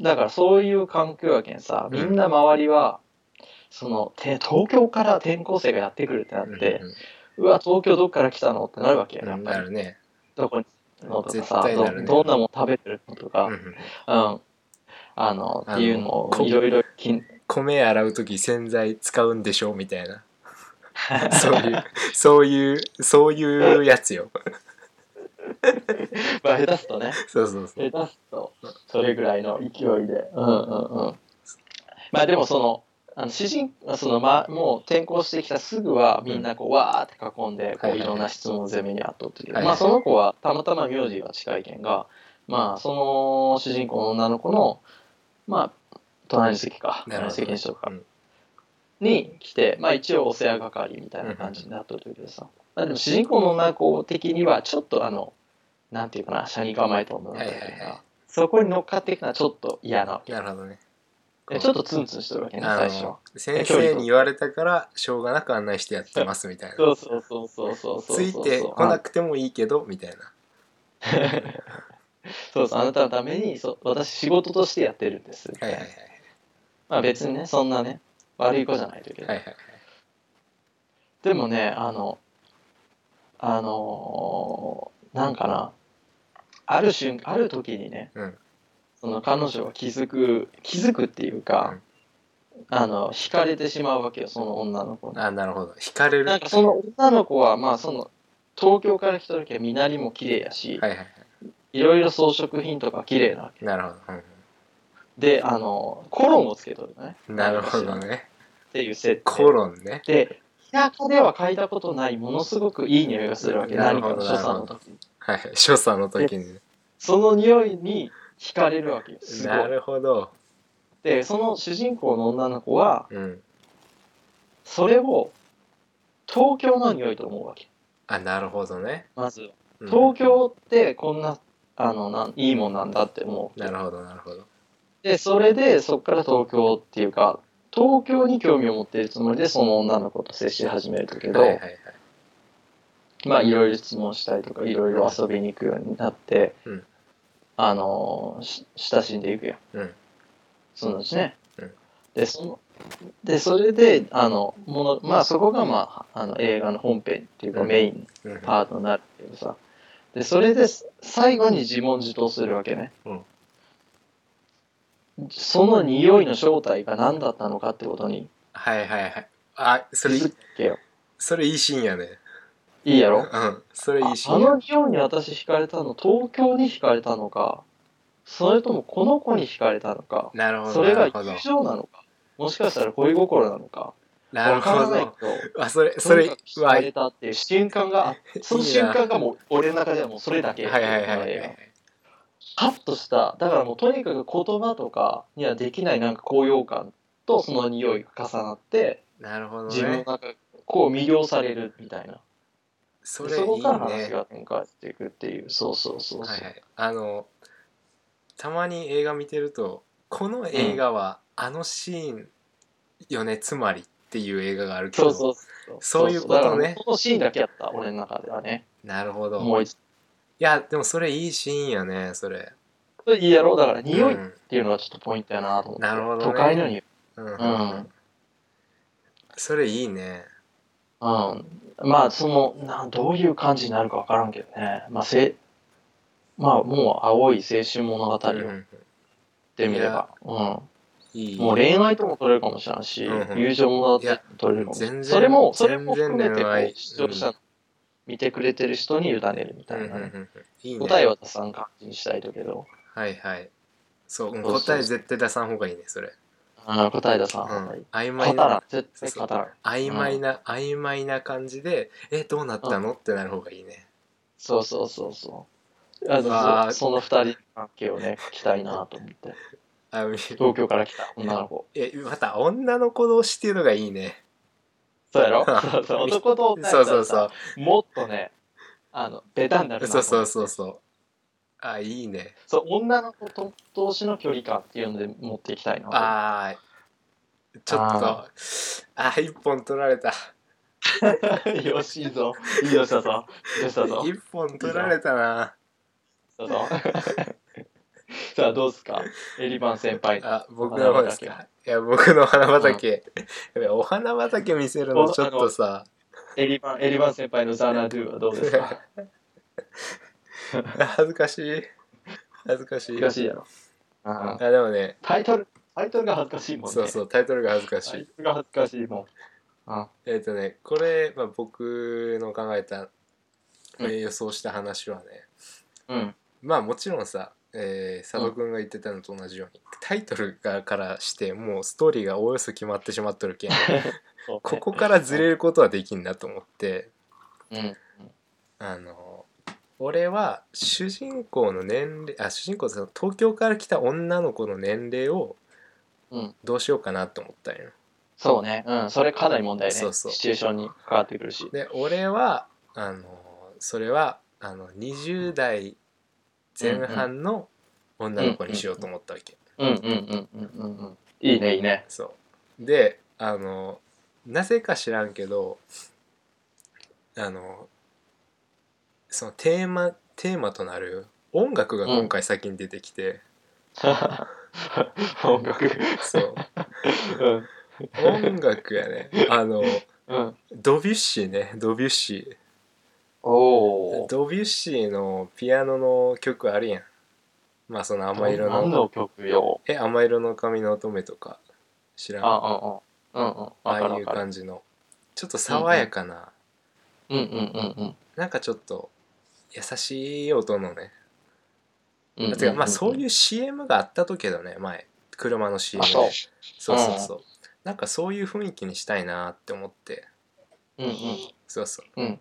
C: だからそういう環境やけんさみんな周りは、そのて東京から転校生がやってくるってなって、
A: うんうん
C: うわ東京どっから来たのってなるわけや、やっ
A: うん
C: ぱ
A: な
C: り
A: るね。
C: どこに住むのとか
A: 絶
C: さ、
A: 対なるね
C: どどんなもん食べてるのとか、
A: う
C: うん
A: うんん
C: あのっていうの
A: あの
C: をいろいろ気に
A: 米洗う時洗剤使うんでしょみたい な。そういう、そういう、そういうやつよ。
C: まあ下手すとね
A: そうそうそう。
C: 下手すとそれぐらいの勢いでうんうんうんまあでもそのあの主人その、ま、もう転校してきたすぐはみんなこう、わーって囲んでこ
A: は
C: う
A: い
C: い
A: はい
C: ろんな質問攻めにあっとっていう、
A: はいはい
C: まあその子はたまたま名字が近いけんがまあその主人公の女の子のまあ隣の席か
A: なるほ
C: 隣の
A: ど
C: 席にしようか、
A: うん
C: に来てまあ一応お世話係みたいな感じになっとるけどさ、まあ、でも主人公の女の子的にはちょっとあのなんていうかな車に構えた女の子だから、
A: はいはいはい
C: そこに乗っかっていくのはちょっと嫌なわけ
A: なるほどね。
C: でちょっとツンツンしてるわけね
A: あ
C: 最初は
A: の、先生に言われたから、しょうがなく案内してやってますみたいな。
C: そうそうそうそうそうそう
A: ついてこなくてもいいけど、みたいな。
C: そうそうあなたのためにそう私仕事としてやってるんです、
A: はいはいはい。
C: まあ別にねそんなね悪い子じゃないといけど、
A: はいはいはい。
C: でもねあのあのーなんかなある瞬ある時にね、
A: うん
C: その彼女は気づく気づくっていうか、あの惹かれてしまうわけよその女の子に
A: あなるほど。惹かれる。
C: なんかその女の子はまあその東京から来た時は身なりも綺麗やし、、
A: はいはいはい
C: ろいろ装飾品とか綺麗なわけ
A: い。なるほど。うん
C: であのコロンをつけとるのね
A: なるほどね。
C: っていう設定
A: コロンね。
C: で中では嗅いだことないものすごくいい匂いがするわけ
A: なる
C: 何
A: ほど
C: かの所作の時
A: はいはい所作の時に
C: その匂いに惹かれるわけよすご
A: ないるほど
C: でその主人公の女の子は
A: うん
C: それを東京の匂いと思うわけ
A: あなるほどね、
C: まず
A: うん
C: 東京ってこんなあのなんいいもんなんだって思う
A: なるほどなるほど
C: でそれでそこから東京っていうか東京に興味を持っているつもりでその女の子と接し始めるけど、
A: はいはいはい
C: まあいろいろ質問したりとかいろいろ遊びに行くようになって、
A: うん
C: あのし親しんでいくやん
A: うん
C: そのうちね、
A: うん
C: でそのでそれであのもの、まあ、そこが、まあ、あの映画の本編っていうか
A: うん
C: メイン
A: うん
C: パートになるけどさでそれで最後に自問自答するわけね、
A: うん
C: その匂いの正体が何だったのかってことに
A: はいはいはいあそ
C: 気
A: れ
C: づけよ
A: それいいシーンやね
C: いいやろ
A: うんそれいいシー
C: あ
A: ンや
C: の匂いに私惹かれたの東京に惹かれたのかそれともこの子に惹かれたのか
A: なるほど
C: それ
A: な
C: が
A: るほど
C: 友情なのかもしかしたら恋心なのか
A: なる
C: わから
A: ほ
C: ない
A: ど
C: けど
A: あそれそ
C: それ
A: れ
C: が惹か
A: は
C: れたっていう瞬間がその瞬間がもう俺の中ではもうそれだけ
A: はいはいはいはいはい
C: ハッとしただからもうとにかく言葉とかにはできないなんか高揚感とその匂いが重なって
A: なるほど
C: 自分の
A: ね
C: 中こう魅了されるみたいな
A: それ
C: そ
A: いい
C: そこから
A: ね
C: 話が展開していくっていうそうそうそうそう、
A: はいはい、あのたまに映画見てるとこの映画はあのシーンよね、つまりっていう映画があるけ
C: そ
A: ど
C: うそうそう
A: そういうことね
C: だからこのシーンだけやった俺の中ではね
A: なるほど
C: もう
A: い
C: 一
A: やでもそれいいシーンやねそれ
C: 度いいやろだから匂いっ
A: うん
C: ていうのはちょっとポイントやなと思って、
A: なるほどね
C: 都会の匂い
A: うん
C: うん
A: それいいね
C: うんまあそのなんどういう感じになるか分からんけどねまあせまあもう青い青春物語を
A: う
C: 言っ
A: ん
C: てみれば、うん
A: いい
C: もう恋愛とも取れるかもしれんし、
A: うんうん
C: 友情物語とも取れるかもしれ
A: いや
C: ん
A: 全然
C: それもそれも含め
A: 全
C: て
A: 然恋
C: こう
A: 愛
C: 視聴者、
A: う
C: 見てくれてる人に委ねるみたい
A: うん
C: なね、
A: うんうんいいね
C: 答えは出さん感じにしたいんだけど、
A: はいはいそううん
C: そうそう
A: 答え絶対出さん方がいいねそれ、
C: あー答え出さ
A: うん
C: 方がいい、
A: ん、曖
C: 語
A: 昧
C: らん
A: な
C: 絶対語らん
A: 曖昧な、曖昧な感じでえどうなったの、ってなる方がいいね
C: そうそうそうそうあ
A: あ
C: の
A: ー
C: そその二人の関係をね書きたいなと思って
A: あみ
C: 東京から来た女の子
A: えまた女の子同士っていうのがいいね
C: そうやろそうそう男と女やった
A: そう
C: ら
A: そうそう
C: もっとねあのベタになるな
A: そうそうそううそうあいいね
C: そう女の子と同士の距離感っていうので持っていきたいな
A: あーちょっとあ
C: あ
A: ー一本取られた
C: よしいいぞいいよしたぞよしたぞ
A: 一本取られたな
C: どうぞ さあどうっすかエリバン先輩
A: あ僕の方ですかいや僕のお花畑、 やべお花畑見せるの
C: お
A: ちょっとさ
C: エリバンエリバン先輩のザナドゥはどうです か
A: 恥ずかしい恥ずかしい
C: 恥ずかしいやろあー
A: あでもね
C: タイトルタイトルが恥ずかしいもんね
A: そうそうタイトルが恥ずかし
C: タ
A: い
C: イトルが恥ずかしいもんあ
A: えっ、とねこれ、まあ、僕の考えた、えー
C: うん
A: 予想した話はね
C: うん
A: まあもちろんさ、えー、佐渡君が言ってたのと同じように、タイトルがからしてもうストーリーがおおよそ決まってしまっとる けん
C: そうね
A: ここからずれることはできんなと思って
C: うん
A: あの俺は主人公の年齢あ主人公ってその東京から来た女の子の年齢を
C: うん
A: どうしようかなと思ったんよ。
C: そうねうんそれかなり問題ね
A: そうそう
C: シチュエーションに関わってくるし
A: で俺はあのそれはあの20代前半の女の子にしようと思ったわけ。
C: うんうんうんうんうんうんいいねいいね
A: そうであのなぜか知らんけどあのそのテーマテーマとなる音楽が今回先に出てきて、
C: 音楽
A: そう
C: うん
A: 音楽やねあの
C: うん
A: ドビュッシーねドビュッシ
C: お
A: ー
C: お
A: ドビュッシーのピアノの曲あるやんまあその甘色
C: 何
A: の
C: の曲よ
A: え甘色の髪の乙女とか知らんあ
C: あうんうんうんうんわかる
A: あい
C: わ
A: う
C: かる
A: 感じのちょっと爽やかな、
C: うんうんうん
A: なんかちょっと優しい音のね
C: うんうん
A: てかまあそう
C: う
A: いう CM があったとけどね前車の CM
C: あ
A: で
C: そう
A: そうそうそうなんかそういう雰囲気にしたいなって思って
C: うんうん
A: そうそう、
C: うん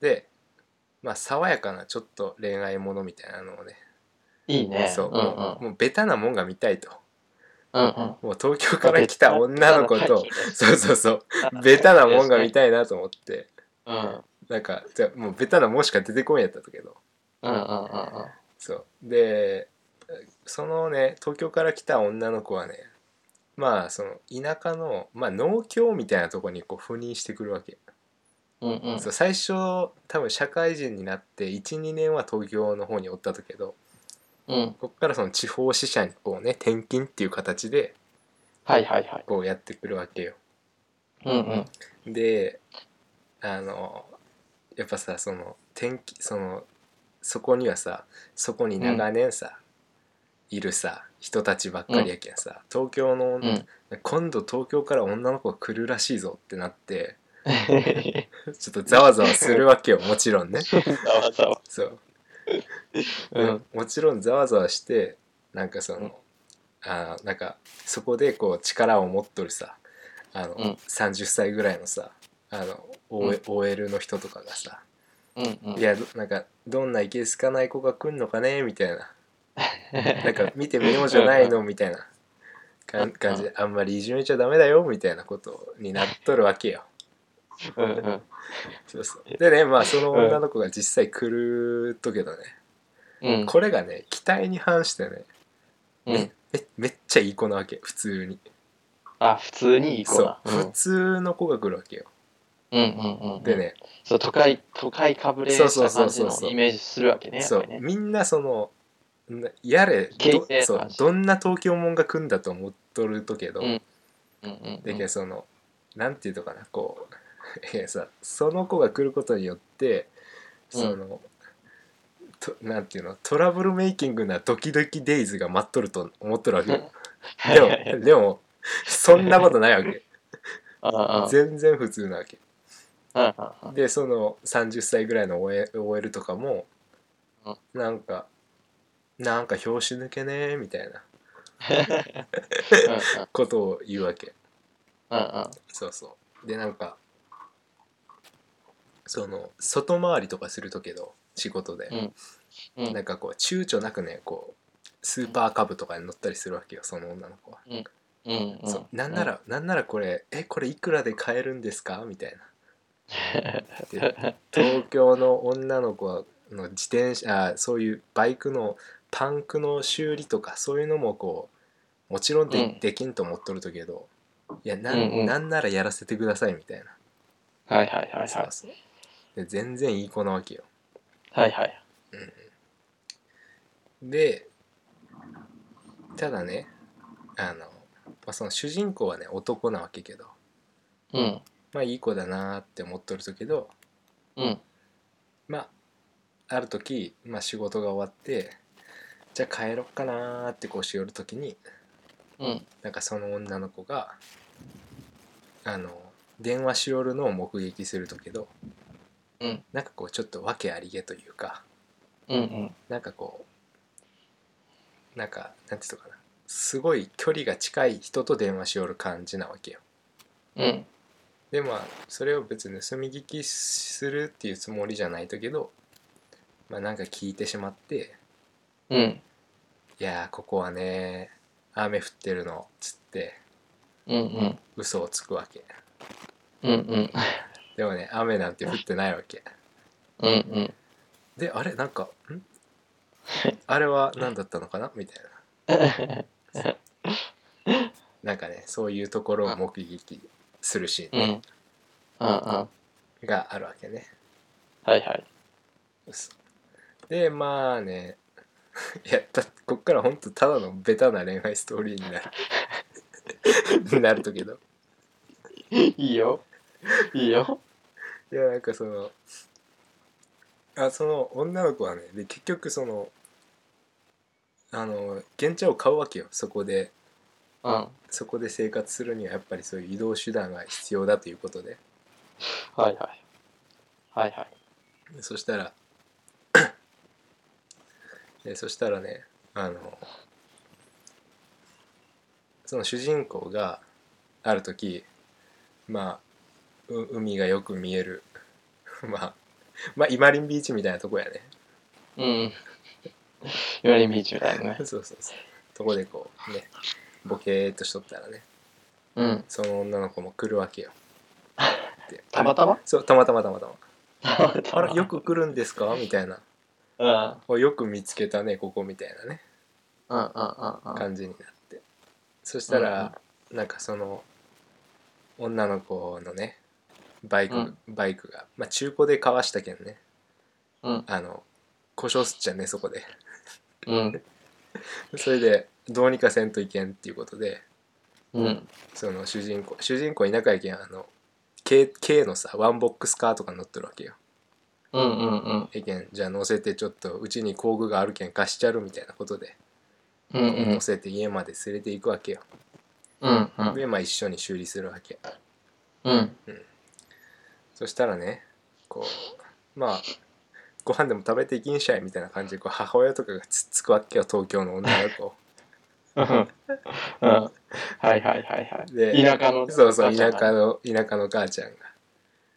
A: でまあ爽やかなちょっと恋愛ものみたいなのをね
C: いいね
A: そう、
C: うんうん
A: もうもうベタなもんが見たいと
C: うんうん
A: もう東京から来た女 の子とそうそうそうベタなもんが見たいなと思って
C: うんうん
A: なんかじゃあもうベタなもんしか出てこんやったけど
C: うんうんうん
A: そうでそのね東京から来た女の子はねまあその田舎の、まあ、農協みたいなとこにこう赴任してくるわけ、
C: うんうん
A: そう最初多分社会人になって12年は東京の方におったとけど
C: うん
A: こっからその地方支社にこうね転勤っていう形で
C: はいはいはい
A: こうやってくるわけよ
C: うんうん
A: であのやっぱさその転勤そのそこにはさそこに長年さ、いるさ人たちばっかりやけんさ、東京の、
C: ん
A: 今度東京から女の子が来るらしいぞってなってちょっとざわざわするわけよもちろん ね
C: ざわざわ
A: そう、
C: う
A: で
C: ん
A: もちろんざわざわしてなんかその、
C: うん
A: あーなんかそこでこう力を持っとるさあの、
C: うん
A: 30歳ぐらいのさあの、O-
C: うん
A: OL の人とかがさ、
C: うんうん
A: いやどなんかどんないけすかない子が来んのかねみたいななん か見てみようじゃないのみたいなかん感じであんまりいじめちゃダメだよみたいなことになっとるわけよ。
C: うんうん
A: そうそうでねまあその女の子が実際来るとけどね
C: うん
A: これがね期待に反してね
C: うん
A: めめっちゃいい子なわけ普通に
C: あ普通にいい子
A: そう
C: だ
A: 普通の子が来るわけよ
C: うんうんうんうん
A: でね
C: そう都会都会かぶれした
A: そうそ
C: 感じ
A: うそうそう
C: のイメージするわけねやっ
A: そ
C: ぱ
A: う
C: りね
A: みんなそのなやれ
C: 経
A: ど
C: 験な
A: そう
C: し
A: どんな東京もんが来んだと思っとるとけど、
C: うんうんうんう
A: だ
C: ん
A: けどその、なんていうのかなこう いやさその子が来ることによってその、となんていうのトラブルメイキングなドキドキデイズが待っとると思っとるわけよでも でもそんなことないわけ
C: ああ
A: 全然普通なわけ
C: あああ
A: でその30歳ぐらいの OL OL とかも
C: うん
A: なんかなんか拍子抜けねーみたいなことを言うわけ
C: あああ
A: そうそうでなんかその外回りとかするとけど仕事で、
C: うん
A: なんかこう躊躇なくねこうスーパーカブとかに乗ったりするわけよその女の子は、
C: うんう
A: そうなんなら、なんならこれえこれいくらで買えるんですかみたい なで東京の女の子はの自転車あそういうバイクのパンクの修理とかそういうのもこうもちろんで,、
C: うん
A: できんと思っとるとけどいやなん,、
C: うんうん
A: なんならやらせてくださいみたいな
C: はいはいはい
A: そ
C: は
A: うそうで全然いい子なわけよ
C: いはいはい
A: でただねあの、まあ、その主人公はね男なわけけど
C: うん
A: まあいい子だなーって思っとるとけど
C: うん
A: まあある時、まあ、仕事が終わってじゃあ帰ろっかなーってこうしよる時に
C: うん
A: なんかその女の子があの電話しよるのを目撃するとけど、
C: うん
A: なんかこうちょっと訳ありげというか
C: うんうん
A: なんかこうなんかなんていうのかなすごい距離が近い人と電話しよる感じなわけよ
C: うん
A: でまあそれを別に盗み聞きするっていうつもりじゃないとけどまあなんか聞いてしまって
C: うん
A: 「いやーここはね雨降ってるの」っつって
C: うんうん
A: 嘘をつくわけ
C: うんうん
A: でもね雨なんて降ってないわけ
C: うんうん
A: であれなんかんあれは何だったのかなみたいななんかねそういうところを目撃するシーン
C: うんうん
A: があるわけね。
C: はいはい
A: でまあねいやだこっからほんとただのベタな恋愛ストーリーになるなるとけど
C: いいよいいよ
A: いやなんかそのあその女の子はねで結局そのあの原茶を買うわけよそこで
C: うん
A: そこで生活するにはやっぱりそういう移動手段が必要だということで
C: はいはいはいはい
A: そしたら でそしたらねあのその主人公がある時まう海がよく見える まあまあイマリンビーチみたいなとこやね
C: うん。言われみちみたいなね
A: そ。うそうそうとこでこうねボケーっとしとったらね
C: うん。
A: その女の子も来るわ けよで
C: たまたま
A: そうたまたまたまたま
C: たま
A: 「
C: た
A: あ
C: ま
A: らよく来るんですか?」みたいな
C: うん。うんうん
A: 「およく見つけたねここ」みたいなね
C: うんうん。
A: 感じになってそしたらなんかその女の子のねバイク、
C: うん
A: バイクが、まあ、中古でかわしたけんね
C: うん。
A: あの故障すっちゃねそこで
C: うん。
A: それでどうにかせんといけんっていうことで
C: うん。
A: その主人公主人公田舎やけんあの K, K のさワンボックスカーとか乗っとるわけよ
C: うんうんうん。
A: えけんじゃあ乗せてちょっとうちに工具があるけん貸しちゃるみたいなことで、
C: うんうん
A: 乗。せて家まで連れて行くわけよ
C: うんうん。
A: でまあ一緒に修理するわけ
C: うん。
A: そしたらねこうまあご飯でも食べていきんしゃいみたいな感じでこう母親とかがつっつくわけよ東京の女の子 を
C: うん。はいはいはいはい。
A: で
C: 田舎の。
A: そうそう田舎
C: の。
A: の田舎の母ちゃんが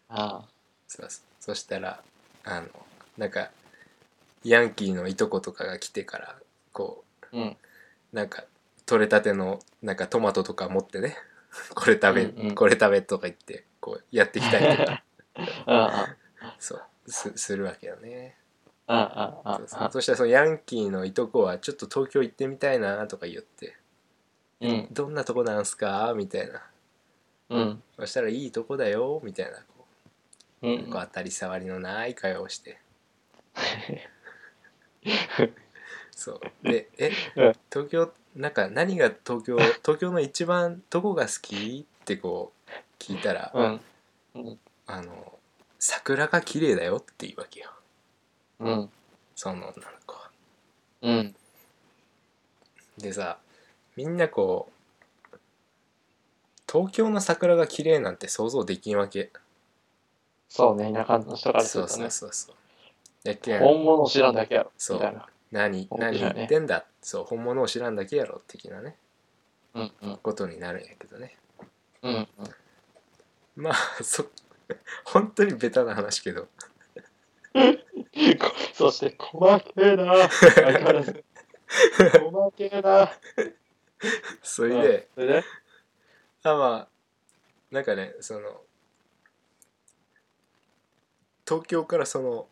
C: あ
A: そうそうそしたらあのなんかヤンキーのいとことかが来てからこ
C: あ。うん。
A: うなんか取れたてのなんかトマトとか持ってね これ食べ、
C: うんうん
A: これ食べとか言ってこうやってきたりと か
C: あ
A: そうすするわけよね。
C: あ。ああ。あ
A: そうそう
C: あ。
A: そしたらそのヤンキーのいとこは「ちょっと東京行ってみたいな」とか言って
C: うん
A: 「どんなとこなんすか?」みたいな
C: うん。
A: そしたら「いいとこだよ」みたいなこ
C: う
A: うこう当たり障りのない会話を してそうで「え
C: うん
A: 東京なんか何が東 京東京の一番どこが好き?」ってこう聞いたら
C: うん。
A: 「あの桜が綺麗だよ」って言うわけよ
C: うん。
A: その女の子は。
C: うん。
A: でさみんなこう東京の桜が綺麗なんて想像できんわけ、
C: そうね、田舎の人からす
A: そ
C: る
A: う
C: と
A: そ
C: ね
A: う。そうそうやけん
C: 本物を知らんだけやろ。
A: そう
C: みたいな。
A: 何
C: 本
A: 何
C: 気だ
A: 言
C: ね
A: ってんだ、そう本物を知らんだけやろ的なね
C: うんうん
A: ことになるんやけどね
C: うん
A: まあ そ本当にベタな話けど
C: うん。こ そして、細けえな。相変わら ず。細けえな。
A: それで、
C: それで
A: あまあなんかねその東京からその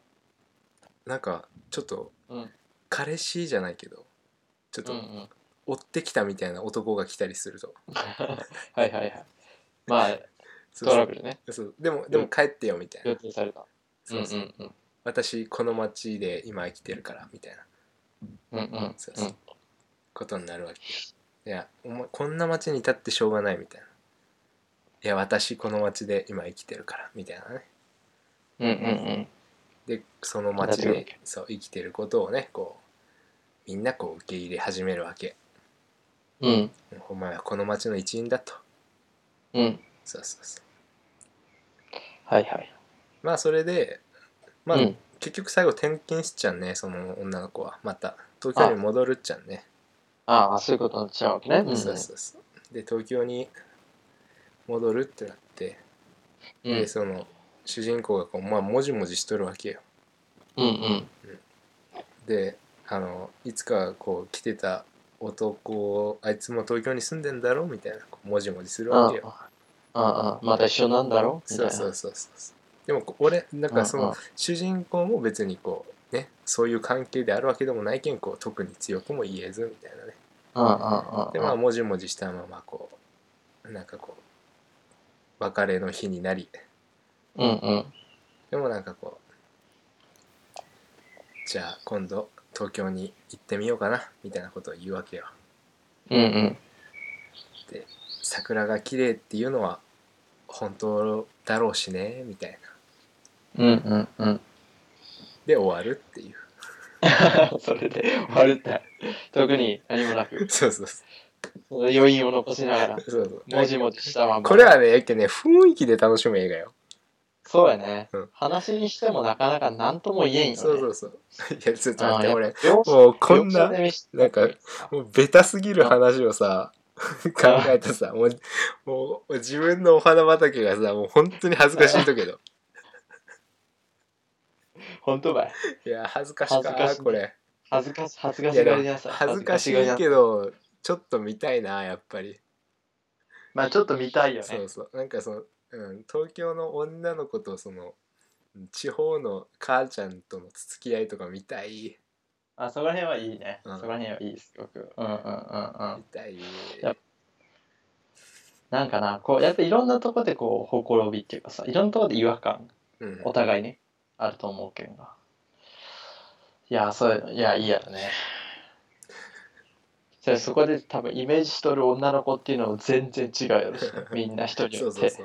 A: なんかちょっと
C: うん
A: 彼氏じゃないけどちょっ
C: う
A: と
C: んうん。
A: 追ってきたみたいな男が来たりすると
C: はいはいはい。まあ、
A: そう
C: ト
A: そ
C: ラ
A: う
C: ブルね。
A: そうでもでも帰ってよみたいな、
C: 予定された。うんう
A: そうそうん
C: うん。
A: 私この町で今生きてるからみたいな
C: うんうん。
A: そうそうことになるわけいやお前こんな町にいたってしょうがないみたいないや私この町で今生きてるからみたいなね
C: うんうんうん。
A: でその町
C: なるわ
A: で
C: け
A: そう生きてることをねこうみんなこう受け入れ始めるわけ
C: うん
A: お前はこの町の一員だと
C: うん。
A: そうそうそう
C: はいはい。
A: まあそれでまあ、
C: うん
A: 結局最後転勤しちゃうねその女の子はまた東京に戻るっちゃうね
C: ああ、そういうことになっちゃうわけね。うん
A: そうそうそうで東京に戻るってなって、
C: うん
A: でその主人公がこうまあもじもじしとるわけよ
C: うんうん。
A: であのいつかこう来てた男をあいつも東京に住んでんだろみたいなこうもじもじするわけよ
C: ああ、また一緒なんだろみたい
A: そう
C: な。
A: そうそうそうそうでもこう俺なんかそ
C: うんう
A: の
C: ん
A: 主人公も別にこうねそういう関係であるわけでもないけんこう特に強くも言えずみたいなね
C: うんうんうん。
A: でまあもじもじしたままこうなんかこう別れの日になり
C: うんうん。
A: でもなんかこうじゃあ今度東京に行ってみようかなみたいなことを言うわけよ
C: うんうん。
A: 桜が綺麗っていうのは本当だろうしねみたいな
C: うんうんうん。
A: で終わるっていう
C: それで終わるって。特に何もなく、
A: そうそうそ
C: その余韻を残しながら、
A: うそうそう
C: もじもじしたまま。
A: これはねやっけね雰囲気で楽しむ映画よ
C: そうやね
A: うん。
C: 話にしてもなかなか何とも言えんよね。
A: そうそうそういやちょっと
C: あ
A: 待っ
C: あ
A: て
C: やっ
A: 俺
C: ぱ両親
A: もうこんな
C: 両親で見せて
A: なんかもうベタすぎる話をさ考えたさもうもう自分のお花畑がさもう本当に恥ずかしいとけど
C: 本当 かい
A: いや恥ずかしか
C: 恥ずかしい
A: これ
C: 恥ずかし恥ずか
A: い
C: し
A: やで
C: が
A: も
C: りなさい
A: 恥ずかし
C: がりない
A: けどちょっと見たいなやっぱり
C: まあちょっと見たいよ
A: そ
C: ね
A: うそうなんかその、うん、東京の女の子とその地方の母ちゃんとの付き合いとか見たい
C: あそこら辺はいいね、
A: うん
C: そこら辺はいいすごくうんうんうんうん
A: 見たい
C: やっなんかなこうやっぱいろんなとこでこうほころびっていうかさいろんなとこで違和感
A: うん
C: お互いねあると思うけんがいやそういうのいやいいや ろねそれそこで多分イメージしとる女の子っていうのも全然違うよ ねみんな一人に
A: そ
C: よ
A: う
C: っ
A: そう
C: て
A: そ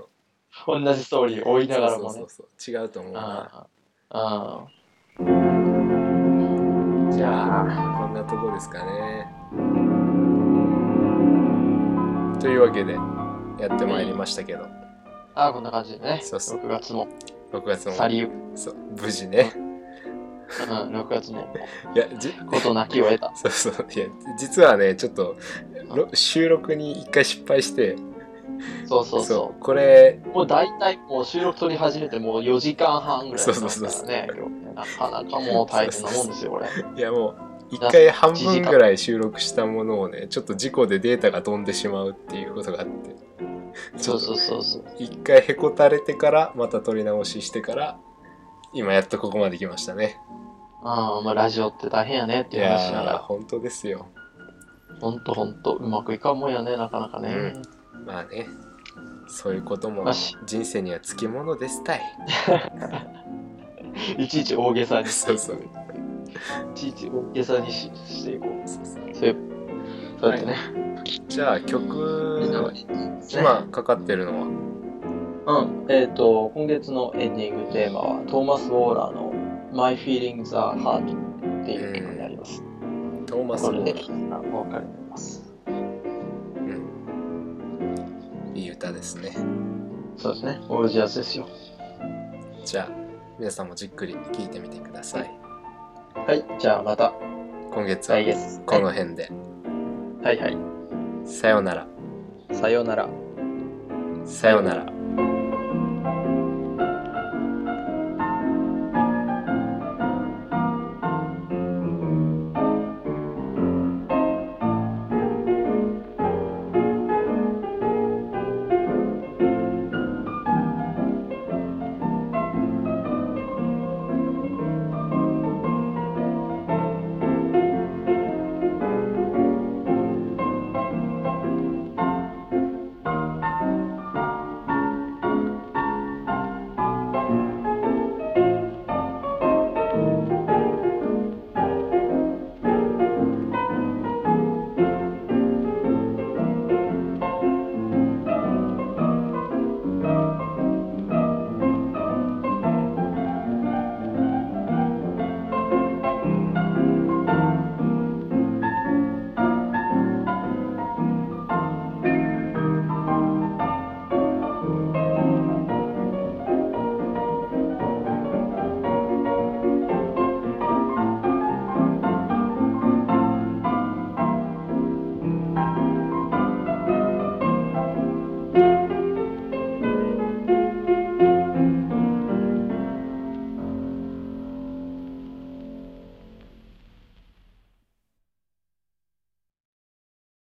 A: う
C: 同じストーリーを追いながら
A: そう
C: も
A: そ
C: ね
A: うそうそう違うと思うな
C: ああ
A: じゃあこんなとこですかねというわけでやってまいりましたけど
C: ああこんな感じでね
A: そうそう
C: 6月も
A: 6月も
C: 去りゆく、
A: そう無事ね
C: うん、6月も
A: いやじ
C: 事なきを得た
A: そうそういや実はねちょっとろ収録に一回失敗して
C: そうそうそう
A: これ
C: もう大体もう収録取り始めてもう4時間半ぐらい経ったから
A: そ
C: ね
A: うそうそうそう
C: 今日なかなかもう大変なもんですよこれ
A: いやもう一回半分ぐらい収録したものをねちょっと事故でデータが飛んでしまうっていうことがあってちょ
C: そう
A: っ
C: そ
A: と
C: うそうそう
A: 一回へこたれてからまた撮り直ししてから今やっとここまで来ましたね
C: うん、まあ、ラジオって大変やねって
A: い
C: いう
A: や
C: 話しな
A: ー
C: が
A: 本当ですよ
C: ら、ほんとほんと、うまくいかんもんやね、なかなかね。
A: うんまあねそういうことも
C: まあし
A: 人生にはつきものですたい
C: いちいち大げさにしていく。
A: そうそう
C: いちいち大げさにししていこう。
A: そうそう
C: そういう、そうやってね。
A: じゃあ曲は
C: 今
A: 今かかってるのは
C: うん、えっ、と、今月のエンディングテーマは、トーマス・ウォーラーの My Feelings Are Hard っていう曲になります。
A: トーマス・
C: これ
A: モ
C: で、
A: ー
C: あお別れになります。
A: ラうんいい歌ですね
C: そうですね、オージャスですよ。
A: じゃあ皆さんもじっくり聴いてみてください
C: はい、じゃあまた
A: 今月は
C: 来月。
A: この辺で
C: はいはい。
A: さようなら
C: さようなら。
A: さようなら